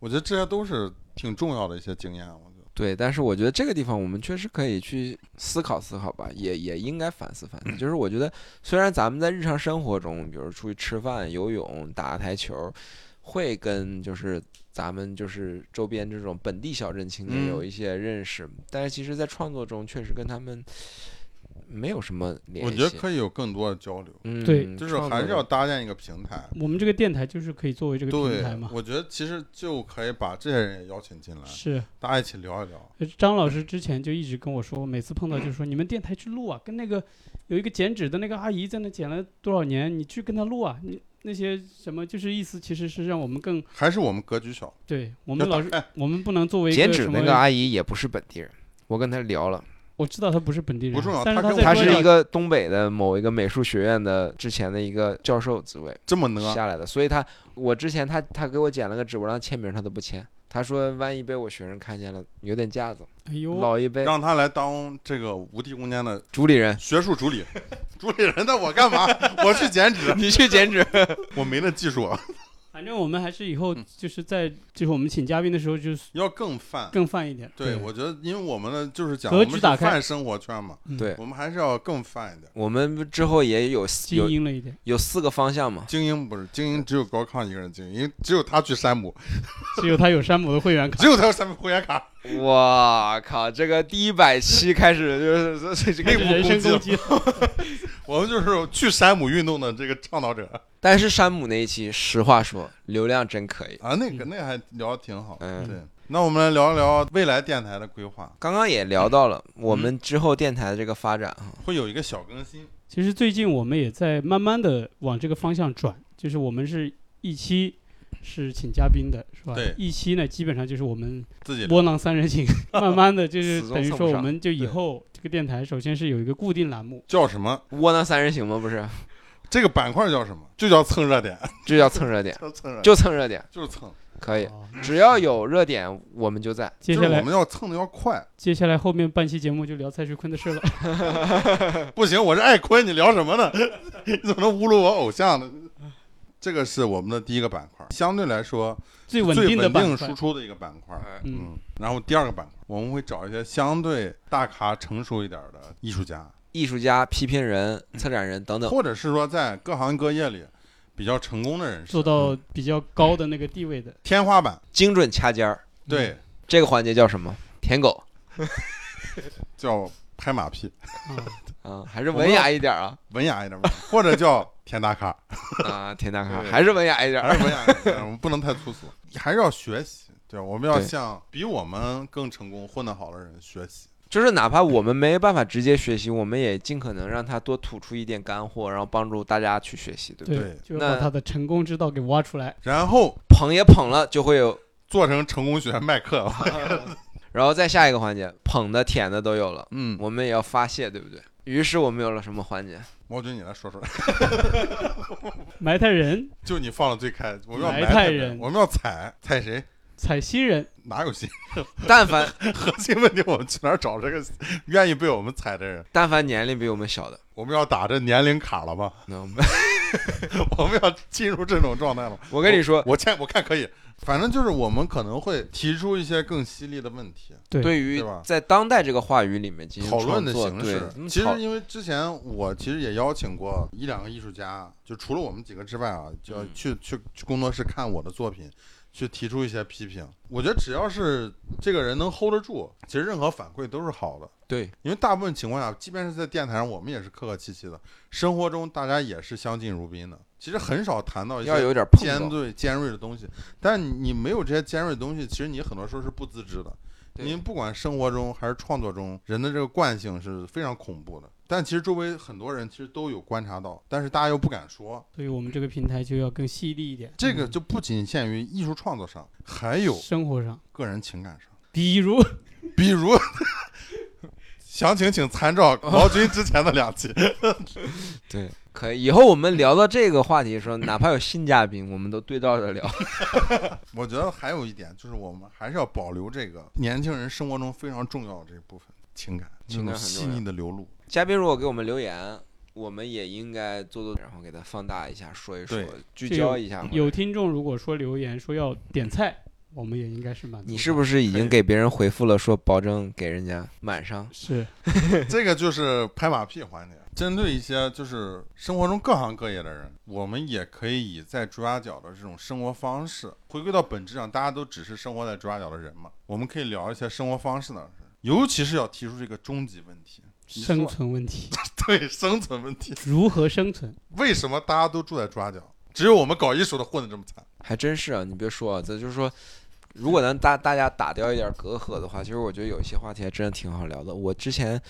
A: 我觉得这些都是挺重要的一些经验，我觉得。
C: 对，但是我觉得这个地方我们确实可以去思考思考吧，也也应该反思反思。就是我觉得，虽然咱们在日常生活中，比如出去吃饭、游泳、打台球，会跟就是咱们就是周边这种本地小镇青年
A: 嗯
C: 有一些认识，但是其实，在创作中确实跟他们没有什么联
A: 我
C: 系。
A: 觉得可以有更多的交流，
C: 嗯，
B: 对
A: 就是
C: 创
A: 还是
C: 作
A: 要搭建一个平台。
B: 我们这个电台就是可以作为这个平
A: 对啊
B: 台，嘛。
A: 我觉得其实就可以把这些人也邀请进来，
B: 是，
A: 大家一起聊一聊。
B: 呃张老师之前就一直跟我说，每次碰
C: 嗯
B: 到就说你们电台去录啊，跟那个有一个剪纸的那个阿姨在那剪了多少年，你去跟她录啊，你那些什么就是意思其实是让我们更
A: 还是我们格局小，
B: 对我
A: 就
B: 们
A: 打
B: 老师
A: 开
B: 我们不能作为一
C: 剪纸
B: 什么
C: 那个阿姨也不是本地人，我跟她聊了，
B: 我知道他不是本地人，
A: 不重要
B: 但是
A: 他跟
B: 在
A: 我
C: 她
B: 关
A: 说
C: 是
A: 要
B: 掉
C: 一个东北的某一个美术学院的之前的一个教授职位。
A: 这么呢？
C: 下来的，所以他我之前他他给我剪了个纸，我让他签名，他都不签。他说万一被我学生看见了，有点架子。
B: 哎呦，
C: 老一辈
A: 让他来当这个无地空间的，
C: 主理人
A: 学术主理， 主理人，那我干 嘛？我去剪纸，
C: 你去剪纸。
A: 我没那技术，
B: 反正我们还是以
C: 嗯
B: 后就是在就是我们请嘉宾的时候就是
A: 要更泛。
B: 更泛一点。
A: 对，我觉得，因为我们的就是讲，
B: 格
A: 我
B: 局
A: 们是
B: 打开
A: 泛生活圈嘛，
B: 嗯
C: 对
A: 我们还是要更泛一点。
C: 我们之后也有
B: 精
C: 有
B: 英了一点，
C: 有四个方向嘛，
A: 精英不是精英，只有高亢一个人精英，因为只有他去山 姆，
B: 只有他有山姆的会员卡
A: 只。有他有山姆会员卡。
C: 哇靠！这个第一百期开始就是 这这
B: 开
C: 个
B: 始人身攻
A: 攻
B: 击，
A: 我们就是去山姆运动的这个倡导者
C: 但是山姆那一期，实话说，流量真可以。
A: 啊，那个那个还聊得挺好。
C: 嗯
A: 对，那我们来聊一聊未来电台的规划，
C: 刚刚也聊到了我们之后电台的这个发展哈，
A: 会有一个小更新。
B: 其实最近我们也在慢慢的往这个方向转，就是我们是一期是请嘉宾的，是吧？
A: 对
B: 一期呢基本上就是我们
A: 自己聊
B: 波浪三人行， 慢慢的就是
C: 始终
B: 等于
C: 蹭不
B: 说我
C: 上
B: 们就以
A: 对
B: 后这个电台首先是有一个固定栏目，
A: 叫什么？
C: 窝囊三人行吗？不 是，
A: 这个板块叫什么？就叫蹭热点，
C: 这叫蹭热点，
A: 就蹭热点，
C: 就蹭热点。
A: 就是蹭。
C: 可以，
B: 好
C: 只要有热点我们就在。
B: 接
A: 就是
B: 下
A: 我
B: 来
A: 们要蹭的要快，
B: 接下来后面半期节目就聊蔡徐坤的事 了。
A: 不行，我是爱坤，你聊什么呢？ 你怎么能侮辱我偶像呢？这个是我们的第一个板块，相对来说
B: 最稳
A: 最
B: 定的
A: 稳定
B: 板
A: 输
B: 块，
A: 出的一个板块。
C: 哎
B: 嗯，
A: 嗯，然后第二个板块，我们会找一些相对大咖、成熟一点的艺术家，
C: 艺术家、批评人、
A: 嗯
C: 策展人等等，
A: 或者是说在各行各业里比较成功的人士，
B: 做到比较高的那个地位的。
A: 天花板。
C: 精准掐尖儿。
A: 对，
B: 嗯
C: 这个环节叫什么？舔狗
A: 叫拍马屁，
B: 啊，
A: 嗯
C: 啊，还是文雅一点啊
A: 文雅一点吧，或者叫舔大咖，
C: 啊，舔大咖
A: 对
C: 还是文雅一点
A: 还
C: 儿。
A: 是文雅一点，我们不能太粗俗， 还是要学习。对，我们要
C: 对
A: 向比我们更成功、混得好的人学习。
C: 就是哪怕我们没办法直接学习，我们也尽可能让他多吐出一点干货，然后帮助大家去学习，对不对？
A: 对
B: 就要把
C: 那
B: 他的成功之道给挖出来。
A: 然后
C: 捧也捧了，就会有。
A: 做成成功学麦克，
C: 然后再下一个环节，捧的、舔的都有了，
A: 嗯，
C: 我们也要发泄，对不对？于是我们有了什么环节？
A: 毛军你来说说，
B: 埋汰人，
A: 就你放的最开，我们要
B: 埋
A: 埋
B: 汰
A: 汰
B: 人
A: 我们要踩踩谁？
B: 踩新人，
A: 哪有心？
C: 但凡
A: 核心问题我们去哪儿找这个愿意被我们踩的人？
C: 但凡年龄比我们小的，
A: 我们要打这年龄卡了吗？
C: 那我们
A: 我们要进入这种状态了吗？
C: 我跟你说，
A: 我看我看可以，反正就是我们可能会提出一些更犀利的问题，
B: 对
C: 对于
A: 对吧
C: 在当代这个话语里面进行
A: 讨论的
C: 创作
A: 形
C: 对
A: 式
C: 怎。么
A: 其
C: 讨
A: 实因为之前我其实也邀请过一两个艺术家，就除了我们几个之外啊，就要
C: 嗯
A: 去去去工作室看我的作品。去提出一些批评，我觉得只要是这个人能 hold 得住，其实任何反馈都是好的。
C: 对
A: 因为大部分情况下，即便是在电台上，我们也是客客气气的，生活中大家也是相敬如宾的。其实很少谈到一
C: 要
A: 些
C: 有点碰
A: 尖
C: 撞，
A: 锐、尖锐的东西，但你没有这些尖锐的东西，其实你很多时候是不自知的。
C: 对
A: 您不管生活中还是创作中，人的这个惯性是非常恐怖的。但其实周围很多人其实都有观察到，但是大家又不敢说。
B: 所以我们这个平台就要更犀利一点。
A: 这
C: 嗯
A: 个就不仅限于艺术创作上，还有
B: 生活上，
A: 个人情 感上。
B: 比如
A: 比如，详情请参 照毛军之前的两期。
C: 对，可以。以后我们聊到这个话题的时候，哪怕有新嘉宾，我们都对照着聊。
A: 我觉得还有一点就是，我们还是要保留这个年轻人生活中非常重要的这一部分情感，
C: 情感
A: 这种
C: 很
A: 细
C: 重要
A: 腻的流露。
C: 嘉宾如果给我们留言，我们也应该做做，然后给他放大一下，说一说
A: 对，
C: 聚
B: 这
C: 焦
B: 有
C: 一下。
B: 有听众如果说留言说要点菜，我们也应该是满足的。
C: 你是不是已
A: 可以
C: 经给别人回复了，说保证给人家满上？
B: 是
A: 这个就是拍马屁环节。针对一些就是生活中各行各业的人，我们也可以以在朱家角的这种生活方式，回归到本质上，大家都只是生活在朱家角的人嘛。我们可以聊一些生活方式的事，尤其是要提出这个终极问题，你
B: 生
A: 说
B: 存问题？
A: 对生存问题。
B: 如何生 存？
A: 为什么大家都住在朱家角，只有我们搞艺术的混得这么惨？
C: 还真是啊，你别说啊，这就是说，如果能大大家打掉一点隔阂的话，其实我觉得有一些话题还真的挺好聊的。我之前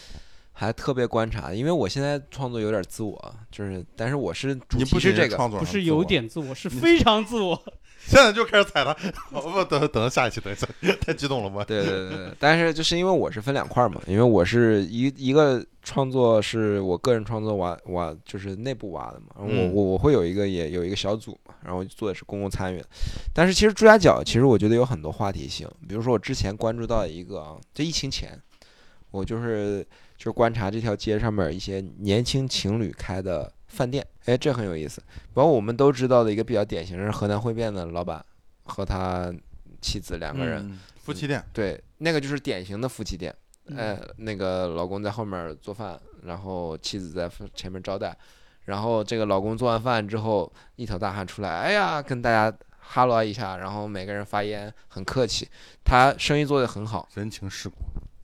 C: 还特别观察，因为我现在创作有点自我啊，就是，但是我是主
A: 你
C: 题
A: 不
C: 是
A: 仅
C: 这个，
A: 创作
B: 不
A: 上
B: 是
A: 自
B: 有
A: 我
B: 点自我，是
A: 你
B: 非常自我。
A: 现在就开始踩了，我不等等下一期，等一下， 太激动了吧？
C: 对对对对，但是就是因为我是分两块儿嘛，因为我是一一个创作是我个人创作挖挖就是内部挖的嘛，然后我
A: 嗯
C: 我我会有一个也有一个小组嘛，然后做的是公共参与的，但是其实朱家角其实我觉得有很多话题性，比如说我之前关注到一个啊，在疫情前，我就是就是观察这条街上面一些年轻情侣开的饭店，哎，这很有意思，包括我们都知道的一个比较典型是河南烩面的老板和他妻子两个人。
A: 嗯夫妻店，
C: 对，那个就是典型的夫妻店。
B: 嗯
C: 呃，那个老公在后面做饭，然后妻子在前面招待，然后这个老公做完饭之后一头大汗出来，哎呀，跟大家哈喽一下，然后每个人发言很客气，他生意做得很好。
A: 人情世故，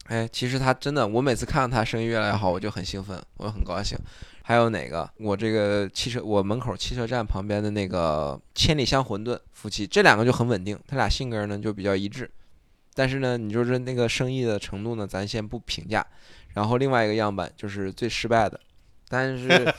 C: 哎，其实他真的，我每次看到他生意越来越好，我就很兴奋，我很高兴。还有哪个？我这个汽车，我门口汽车站旁边的那个千里香馄饨夫妻，这两个就很稳定，他俩性格呢就比较一致。但是呢，你就是那个生意的程度呢，咱先不评价。然后另外一个样板就是最失败的，但是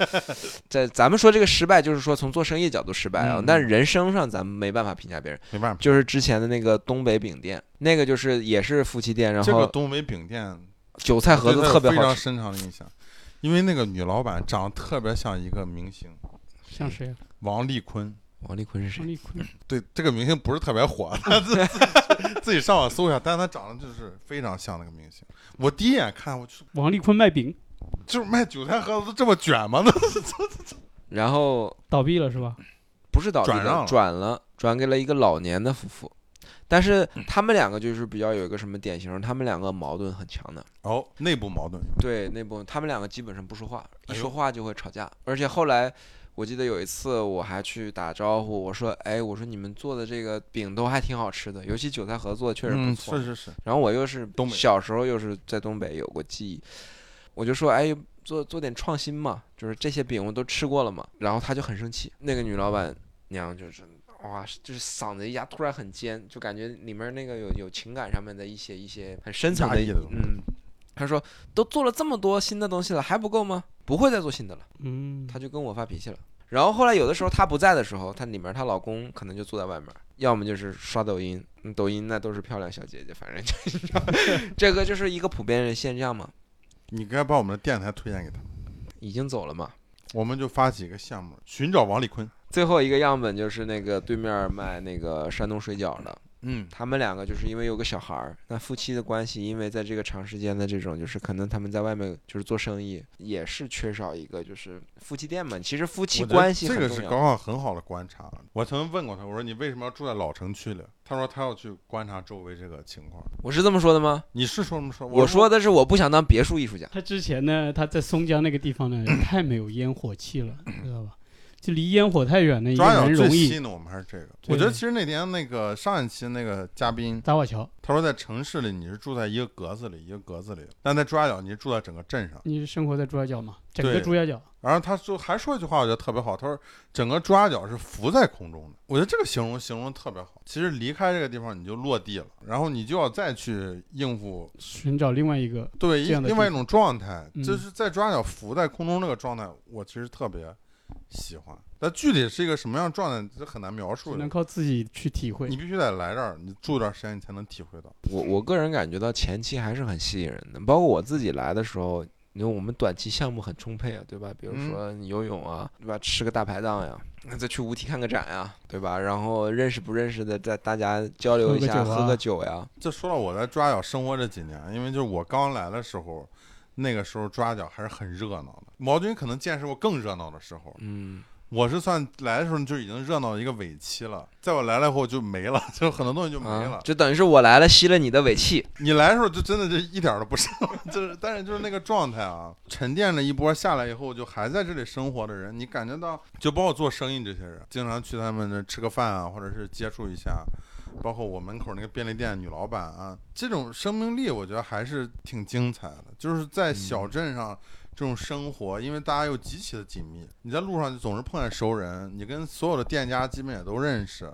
C: 在咱们说这个失败，就是说从做生意角度失败啊，
A: 嗯
C: 但是人生上咱们没办法评价别人。
A: 没办法。
C: 就是之前的那个东北饼店，那个就是也是夫妻店，然
A: 这个
C: 后
A: 东北饼店
C: 韭菜盒子
A: 对它
C: 特别
A: 有非
C: 好
A: 常
C: 吃。
A: 深长的印象，因为那个女老板长得特别像一个明星
B: 像谁啊？
A: 王丽坤，
C: 王丽坤是
B: 王
C: 谁？
B: 丽坤，
A: 对，这个明星不是特别火，他自己自己上网搜一下，但是他长得就是非常像那个明星。我第一眼看，我就
B: 王丽坤卖饼
A: 就是卖韭菜盒子都这么卷吗？那
C: 然后
B: 倒闭了是吧？
C: 不是倒闭
A: 转让
C: 了，
A: 了
C: 转了，转给了一个老年的夫妇。但是他们两个就是比较有一个什么典型，他们两个矛盾很强的。
A: 哦，内部矛盾。
C: 对，那部分他们两个基本上不说话，一
A: 哎呦
C: 说话就会吵架。而且后来我记得有一次我还去打招呼，我说：“哎，我说你们做的这个饼都还挺好吃的，尤其韭菜盒做的确实不
A: 嗯，
C: 错。
A: 是是是，
C: 然后我又是
A: 东北
C: 小时候又是在东北有过记忆，我就说哎，做做点创新嘛，就是这些饼我都吃过了嘛。然后他就很生气，那个女老板娘就是哇，就是嗓子一下突然很尖，就感觉里面那个有有情感上面的一些一些很深层
A: 压抑的东西
C: 嗯。他说都做了这么多新的东西了，还不够吗？不会再做新的了。
B: 嗯，
C: 她就跟我发脾气了。然后后来有的时候她不在的时候，她里面她老公可能就坐在外面，要么就是刷抖音，嗯抖音那都是漂亮小姐姐，反正就是 这个就是一个普遍的现象嘛。
A: 你该把我们的电台推荐给他，
C: 已经走了嘛。
A: 我们就发起一个项目，寻找王丽坤。
C: 最后一个样本就是那个对面卖那个山东水饺的，
A: 嗯，
C: 他们两个就是因为有个小孩儿，那夫妻的关系，因为在这个长时间的这种，就是可能他们在外面就是做生意，也是缺少一个就是夫妻店嘛。其实夫妻
A: 我觉得
C: 关系
A: 这
C: 很
A: 个
C: 重
A: 是
C: 要。
A: 刚好很好的观察了。我曾经问过他，我说你为什么要住在老城区里？他说他要去观察周围这个情况。
C: 我是这么说的吗？
A: 你是说什么说？
C: 我说的是我不想当别墅艺术家。
B: 他之前呢，他在松江那个地 方呢，太没有烟火气了，知道吧？就离烟火太远了，一个
A: 抓
B: 人
A: 痒最
B: 容
A: 吸
B: 易
A: 引我们还是这个。
B: 对
A: 我觉得其实那天那个上一期那个嘉宾，
B: 砸瓦桥。
A: 他说在城市里你是住在一个格子里，一个格子里，但在抓痒你是住在整个镇上。
B: 你是生活在朱家角嘛？整个
A: 对
B: 朱家角，
A: 然后他就还说一句话，我觉得特别好。他说整个抓角是浮在空中的，我觉得这个形容形容得特别好。其实离开这个地方你就落地了，然后你就要再去应付
B: 寻找另外一个
A: 对
B: 这样的
A: 另外一种状态，
B: 嗯
A: 就是在抓角浮在空中那个状态，我其实特别喜欢。但具体是一个什么样的状态，这很难描述的
B: 只能。靠自己去体会
A: 你。必须得来这儿，你住一段时间，你才能体会到。
C: 我我个人感觉到前期还是很吸引人的，包括我自己来的时候，因为我们短期项目很充沛啊，对吧？比如
A: 嗯
C: 说你游泳啊，对吧？吃个大排档呀，那再去无题看个展呀，对吧？然后认识不认识的，再大家交流
B: 喝
C: 一
B: 个
C: 下，
B: 酒
C: 喝
B: 啊
C: 个酒呀。
A: 这说到我在抓角生活这几年，因为就是我刚来的时候，那个时候抓角还是很热闹的。毛军可能见识过更热闹的时候，
C: 嗯，
A: 我是算来的时候就已经热闹一个尾期了，在我来了以后就没了，就很多东西就没了。
C: 啊，就等于是我来了吸了你的尾气。
A: 你来的时候就真的就一点儿都不是，就是但是就是那个状态啊，沉淀了一波下来以后，就还在这里生活的人，你感觉到，就包括做生意这些人，经常去他们那吃个饭啊，或者是接触一下，包括我门口那个便利店女老板啊，这种生命力我觉得还是挺精彩的，就是在小镇上。这种生活，因为大家又极其的紧密，你在路上就总是碰见熟人，你跟所有的店家基本也都认识，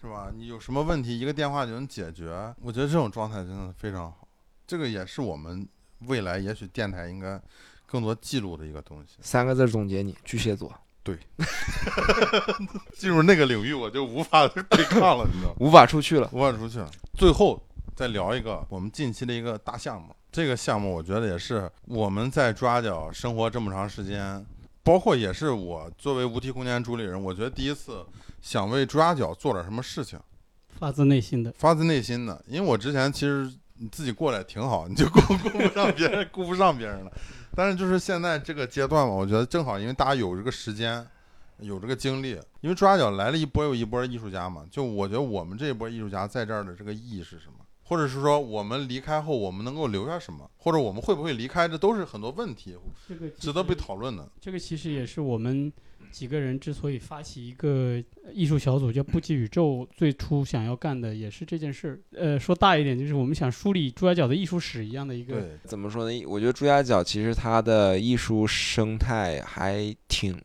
A: 是吧？你有什么问题，一个电话就能解决。我觉得这种状态真的非常好，这个也是我们未来也许电台应该更多记录的一个东西。
C: 三个字总结你：巨蟹座，
A: 进入那个领域，我就无法 对抗了，你知道吗？
C: 无法出去了。
A: 无法出去。最后再聊一个我们近期的一个大项目，这个项目我觉得也是我们在抓角生活这么长时间，包括也是我作为无题空间主理人，我觉得第一次想为抓角做点什么事情。
B: 发自内心的，
A: 发自内心的，因为我之前其实你自己过来挺好，你就 顾顾不上别人，顾不上别人了。但是就是现在这个阶段嘛，我觉得正好，因为大家有这个时间，有这个精力，因为抓脚来了一波又一波艺术家嘛，就我觉得我们这一波艺术家在这儿的这个意义是什么？或者是说，我们离开后，我们能够留下什么？或者我们会不会离开？这都是很多问题，
B: 这个
A: 值得被讨论的。
B: 这个其实也是我们几个人之所以发起一个艺术小组叫不羁宇宙，最初想要干的也是这件事儿。呃，说大一点，就是我们想梳理朱家角的艺术史一样的一个
A: 对，
C: 怎么说呢？我觉得朱家角其实它的艺术生态还挺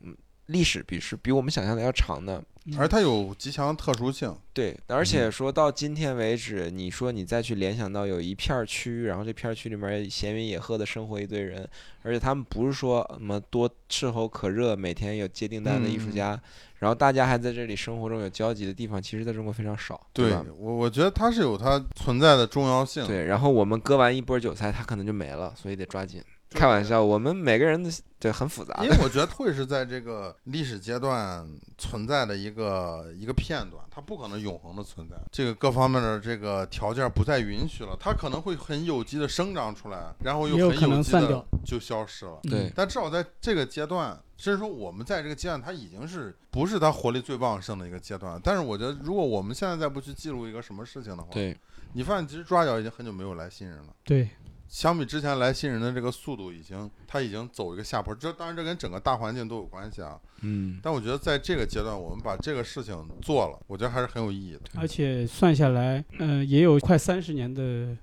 C: 历史比是比我们想象的要长的。
B: 嗯
A: 而它有极强特殊性。
C: 对，而且
A: 嗯
C: 说到今天为止，你说你再去联想到有一片儿区，然后这片儿区里面儿闲云野鹤的生活一堆人，而且他们不是说什么多炙手可热，每天有接订单的艺术
A: 嗯
C: 家，然后大家还在这里生活中有交集的地方，其实在中国非常少，
A: 对
C: 吧？
A: 我，我觉得它是有它存在的重要性。
C: 对，然后我们割完一波韭菜，它可能就没了，所以得抓紧。开玩笑，我们每个人的对很复
B: 啊
C: 杂
A: 因为我觉得会是在这个历史阶段存在的一个一个片段，它不可能永恒的存在。这个各方面的这个条件不再允许了，它可能会很有机的生长出来，然后又
B: 也有
A: 很
B: 可能
A: 机
B: 散
A: 的
B: 掉
A: 就消失了。
C: 对
B: 嗯
A: 但至少在这个阶段，甚至说我们在这个阶段，它已经是不是它活力最旺盛的一个阶段。但是我觉得，如果我们现在再不去记录一个什么事情的话，
C: 对，
A: 你发现其实抓脚已经很久没有来新人了。
B: 对，
A: 相比之前来新人的这个速度，已经他已经走一个下坡。这当然这跟整个大环境都有关系啊。
C: 嗯，
A: 但我觉得在这个阶段，我们把这个事情做了，我觉得还是很有意义的。
B: 而且算下来，呃，也有快三十年的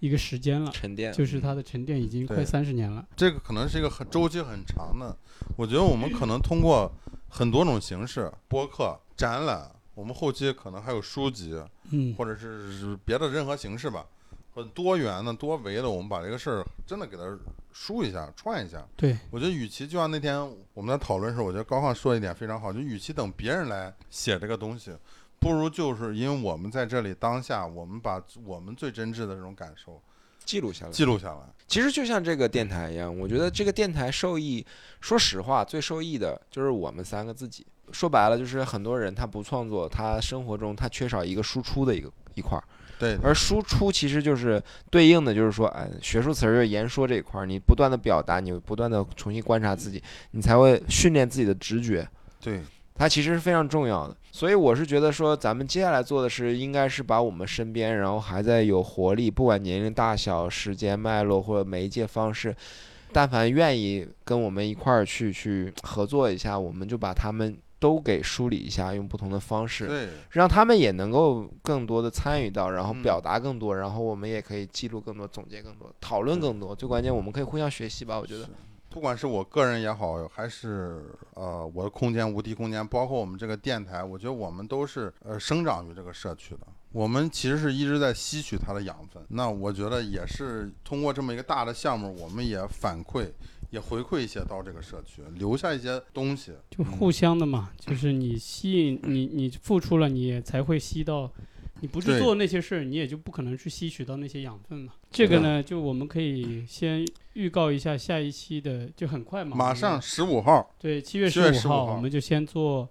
B: 一个时间了，
C: 沉淀
B: 就是它的沉淀已经快
A: 对
B: 三十年了。
A: 这个可能是一个很周期很长的，我觉得我们可能通过很多种形式，播客、展览，我们后期可能还有书籍，
B: 嗯，
A: 或者是别的任何形式吧，很多元的、多维的，我们把这个事儿真的给它梳一下、串一下。
B: 对，
A: 我觉得，与其就像那天我们在讨论的时候，我觉得高亢说的一点非常好，就与其等别人来写这个东西，不如就是因为我们在这里当下，我们把我们最真挚的这种感受
C: 记录下来。
A: 记录下来。
C: 其实就像这个电台一样，我觉得这个电台受益，说实话，最受益的就是我们三个自己。说白了，就是很多人他不创作，他生活中他缺少一个输出的一个一块儿，
A: 对，
C: 而输出其实就是对应的，就是说，哎，学术词儿就是言说这一块儿，你不断的表达，你不断的重新观察自己，你才会训练自己的直觉。
A: 对，
C: 它其实是非常重要的。所以我是觉得说，咱们接下来做的是，应该是把我们身边，然后还在有活力，不管年龄大小、时间脉络或者媒介方式，但凡愿意跟我们一块儿去去合作一下，我们就把他们都给梳理一下，用不同的方式。
A: 对，
C: 让他们也能够更多的参与到，然后
A: 嗯
C: 表达更多，然后我们也可以记录更多、总结更多、讨论更多。最关键，我们可以互相学习吧。我觉得
A: 是，不管是我个人也好，还是呃我的空间无敌空间，包括我们这个电台，我觉得我们都是呃生长于这个社区的。我们其实是一直在吸取它的养分。那我觉得也是通过这么一个大的项目，我们也反馈。也回馈一些到这个社区，留下一些东西。
B: 就互相的嘛，就是你吸引你，你付出了，你也才会吸到。你不去
A: 对
B: 做那些事儿，你也就不可能去吸取到那些养分嘛。这个
A: 啊
B: 呢，就我们可以先预告一下下一期的，就很快嘛，
A: 马上十五号，
B: 对，七月
A: 7月15
B: 十五
A: 号
B: 我们就先做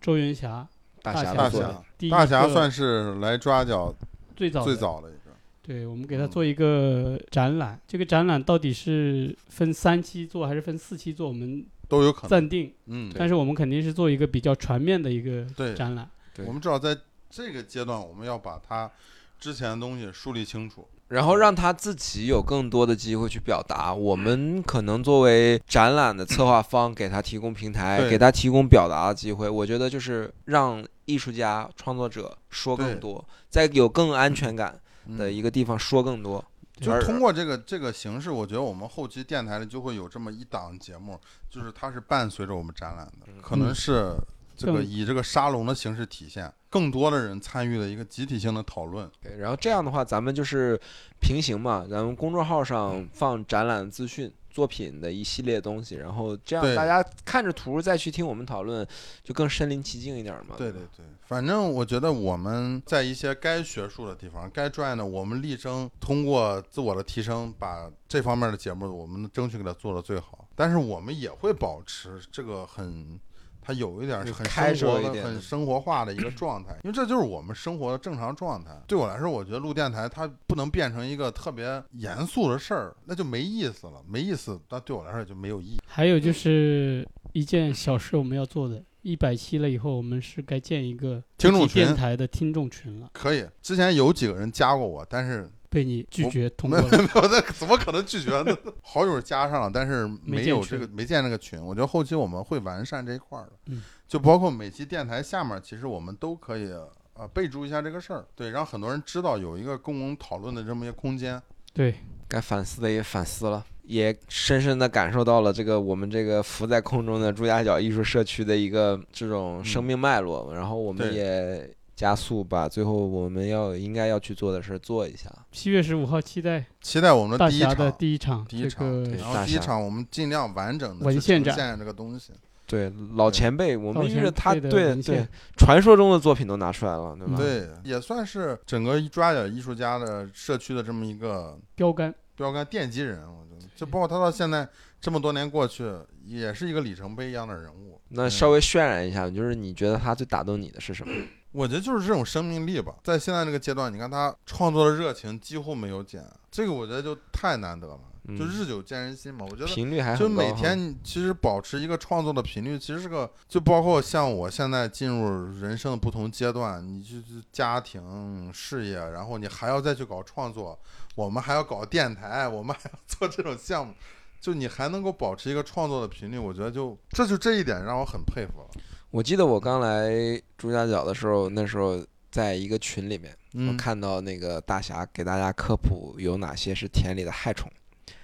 B: 周云霞
C: 大
B: 大
C: 侠
A: 大
B: 侠做
C: 做的
A: 侠
B: 第一
A: 大侠
B: 个
A: 算是来抓脚
B: 最早
A: 最
B: 的
A: 早的一个。
B: 对，我们给他
A: 嗯
B: 做一个展览，这个展览到底是分三期做还是分四期做，我们
A: 都有可能。
B: 暂定。
A: 嗯，
B: 但是我们肯定是做一个比较全面的一个
A: 对
B: 展览。
C: 对
A: 我们至少在这个阶段，我们要把它之前的东西梳理清楚。
C: 然后让他自己有更多的机会去表达。我
A: 嗯
C: 们可能作为展览的策划方，给他提供平台，
A: 对
C: 给他提供表达的机会。我觉得就是让艺术家、创作者说
A: 对
C: 更多，在有更安全感
A: 嗯
C: 的一个地方说更多。
A: 就
C: 而
A: 通过这个这个形式，我觉得我们后期电台里就会有这么一档节目，就是它是伴随着我们展览的，可能是这个
B: 更
A: 以这个沙龙的形式体现，更多的人参与了一个集体性的讨论。
C: 对，然后这样的话，咱们就是平行嘛，咱们公众号上放展览资讯、作品的一系列东西，然后这样
A: 对
C: 大家看着图再去听我们讨论，就更身临其境一点嘛。
A: 对对对，反正我觉得我们在一些该学术的地方、该专业的，我们力争通过自我的提升，把这方面的节目我们争取给它做到最好。但是我们也会保持这个很，它有一点是
C: 就
A: 很
C: 开
A: 生活
C: 阔一
A: 的、
C: 点的
A: 很生活化的一个状态，因为这就是我们生活的正常状态。对我来说，我觉得录电台它不能变成一个特别严肃的事儿，那就没意思了，没意思，那对我来说也就没有意义。
B: 还有就是一件小事我们要做的，一百期了以后，我们是该建一个
A: 听众
B: 自己电
A: 群
B: 台的听众群了，
A: 可以，之前有几个人加过我，但是
B: 被你拒
A: 我
B: 绝通
A: 没
B: 过
A: 有，没
B: 了。
A: 有，那怎么可能拒绝 呢？好友加上了，但是
B: 没
A: 没
B: 建
A: 有这
B: 群
A: 个没建这个群。我觉得后期我们会完善这一块儿的，
B: 嗯
A: 就包括每期电台下面，其实我们都可以呃备注一下这个事儿，对，让很多人知道有一个共同讨论的这么一个空间。
B: 对，
C: 该反思的也反思了，也深深的感受到了这个我们这个浮在空中的朱家角艺术社区的一个这种生命脉络。然后我们
A: 对
C: 也加速把最后我们要应该要去做的事儿做一下。
B: 七月十五号期待
A: 期待我们
B: 大
A: 第一
B: 侠的
A: 场，
B: 第一场，
A: 第一
B: 这
A: 场，
B: 个
C: 对
A: 然后
C: 大
A: 第一
C: 侠
A: 场我们尽量完整的
B: 文献展
A: 现这个东西。
C: 对老前辈，我
B: 老
C: 们遇
B: 前
C: 着他，
B: 辈的
C: 对
B: 文
C: 对
B: 献，
C: 传说中的作品都拿出来了，对
B: 嗯
C: 吧？
A: 对，也算是整个抓点艺术家的社区的这么一个
B: 标杆，
A: 标杆奠基人，我觉得，就包括他到现在这么多年过去，也是一个里程碑一样的人物。
C: 那
A: 嗯
C: 稍微渲染一下，就是你觉得他最打动你的是什么？
A: 我觉得就是这种生命力吧，在现在这个阶段，你看他创作的热情几乎没有减，这个我觉得就太难得了，
C: 嗯
A: 就日久见人心嘛。我觉得
C: 频率还
A: 就
C: 很高哈，
A: 每天你其实保持一个创作的频率，其实是个就包括像我现在进入人生的不同阶段，你就是家庭、事业，然后你还要再去搞创作，我们还要搞电台，我们还要做这种项目。就你还能够保持一个创作的频率，我觉得就这就这一点让我很佩服了。
C: 我记得我刚来朱家角的时候，那时候在一个群里面，
A: 嗯
C: 我看到那个大侠给大家科普有哪些是田里的害虫，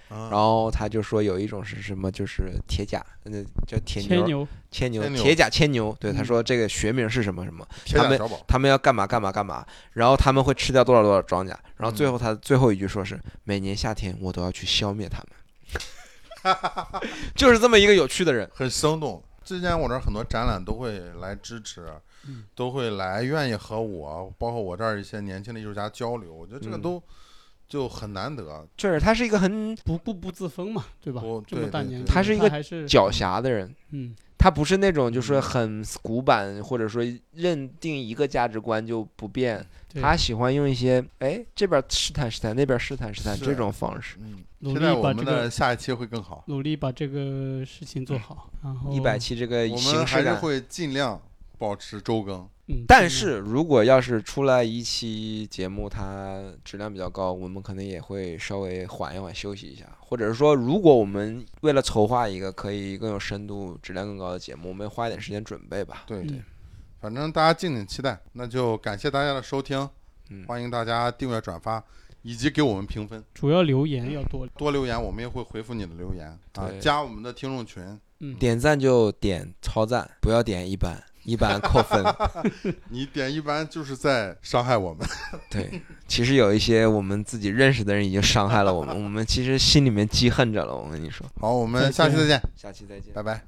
A: 然
C: 然后他就说有一种是什么，就是铁甲，那叫铁
B: 牵
C: 牛，
B: 牛，
C: 牵牛
A: 牵，牛
C: 铁甲牵牛。对，他
B: 嗯
C: 说这个学名是什么什么，
A: 铁
C: 他
A: 甲
C: 们
A: 小宝，
C: 他们要干嘛干嘛干嘛，然后他们会吃掉多少多少庄稼，然后最后他最后一句说是每年夏天我都要去消灭他们， 就是这么一个有趣的人。
A: 很生动。之前我这儿很多展览都会来支持，
B: 嗯
A: 都会来愿意和我，包括我这儿一些年轻的艺术家交流。我觉得这个
C: 嗯
A: 都就很难得。
C: 确实，他是一个很
B: 不固步自封嘛，对吧
A: 我？
B: 这么
A: 对
B: 大
A: 对
B: 年
A: 对
B: 纪，
C: 他是一个
B: 还是
C: 狡黠的人，
B: 嗯，
C: 他不是那种就是很古板，或者说认定一个价值观就不变。
B: 对
C: 他喜欢用一些哎这边试探试探，那边试探试探
A: 是
C: 这种方式。
A: 嗯，
B: 努
A: 期
B: 力
A: 待我
B: 把
A: 们
B: 这
A: 的
B: 个
A: 下一期会更好。
B: 努力把这个事情做好，然后
C: 一百期这个
A: 哦我
C: 呃形
A: 们
C: 式
A: 还是
C: 感，
A: 会尽量保持周更。
B: 嗯，
C: 但
B: 尽
C: 是如果要是出来一期节目，它质量比较高，我们可能也会稍微缓一缓，休息一下。或者是说，如果我们为了筹划一个可以更有深度、质量更高的节目，我们花一点时间准备吧。
A: 对
B: 量
A: 对
B: 嗯，
A: 反正大家敬请期待。那就感谢大家的收听，
C: 嗯，
A: 欢迎大家订阅、转发，以及给我们评分，
B: 主要留言要多，嗯
A: 多留言，我们也会回复你的留言啊
C: 对。
A: 加我们的听众群，
B: 嗯，
C: 点赞就点超赞，不要点一般，一般扣分。
A: 你点一般就是在伤害我们。
C: 对，其实有一些我们自己认识的人已经伤害了我们，我们其实心里面记恨着了。我跟你说，
A: 好，我们下期再见，
C: 下期再见。
A: 拜拜。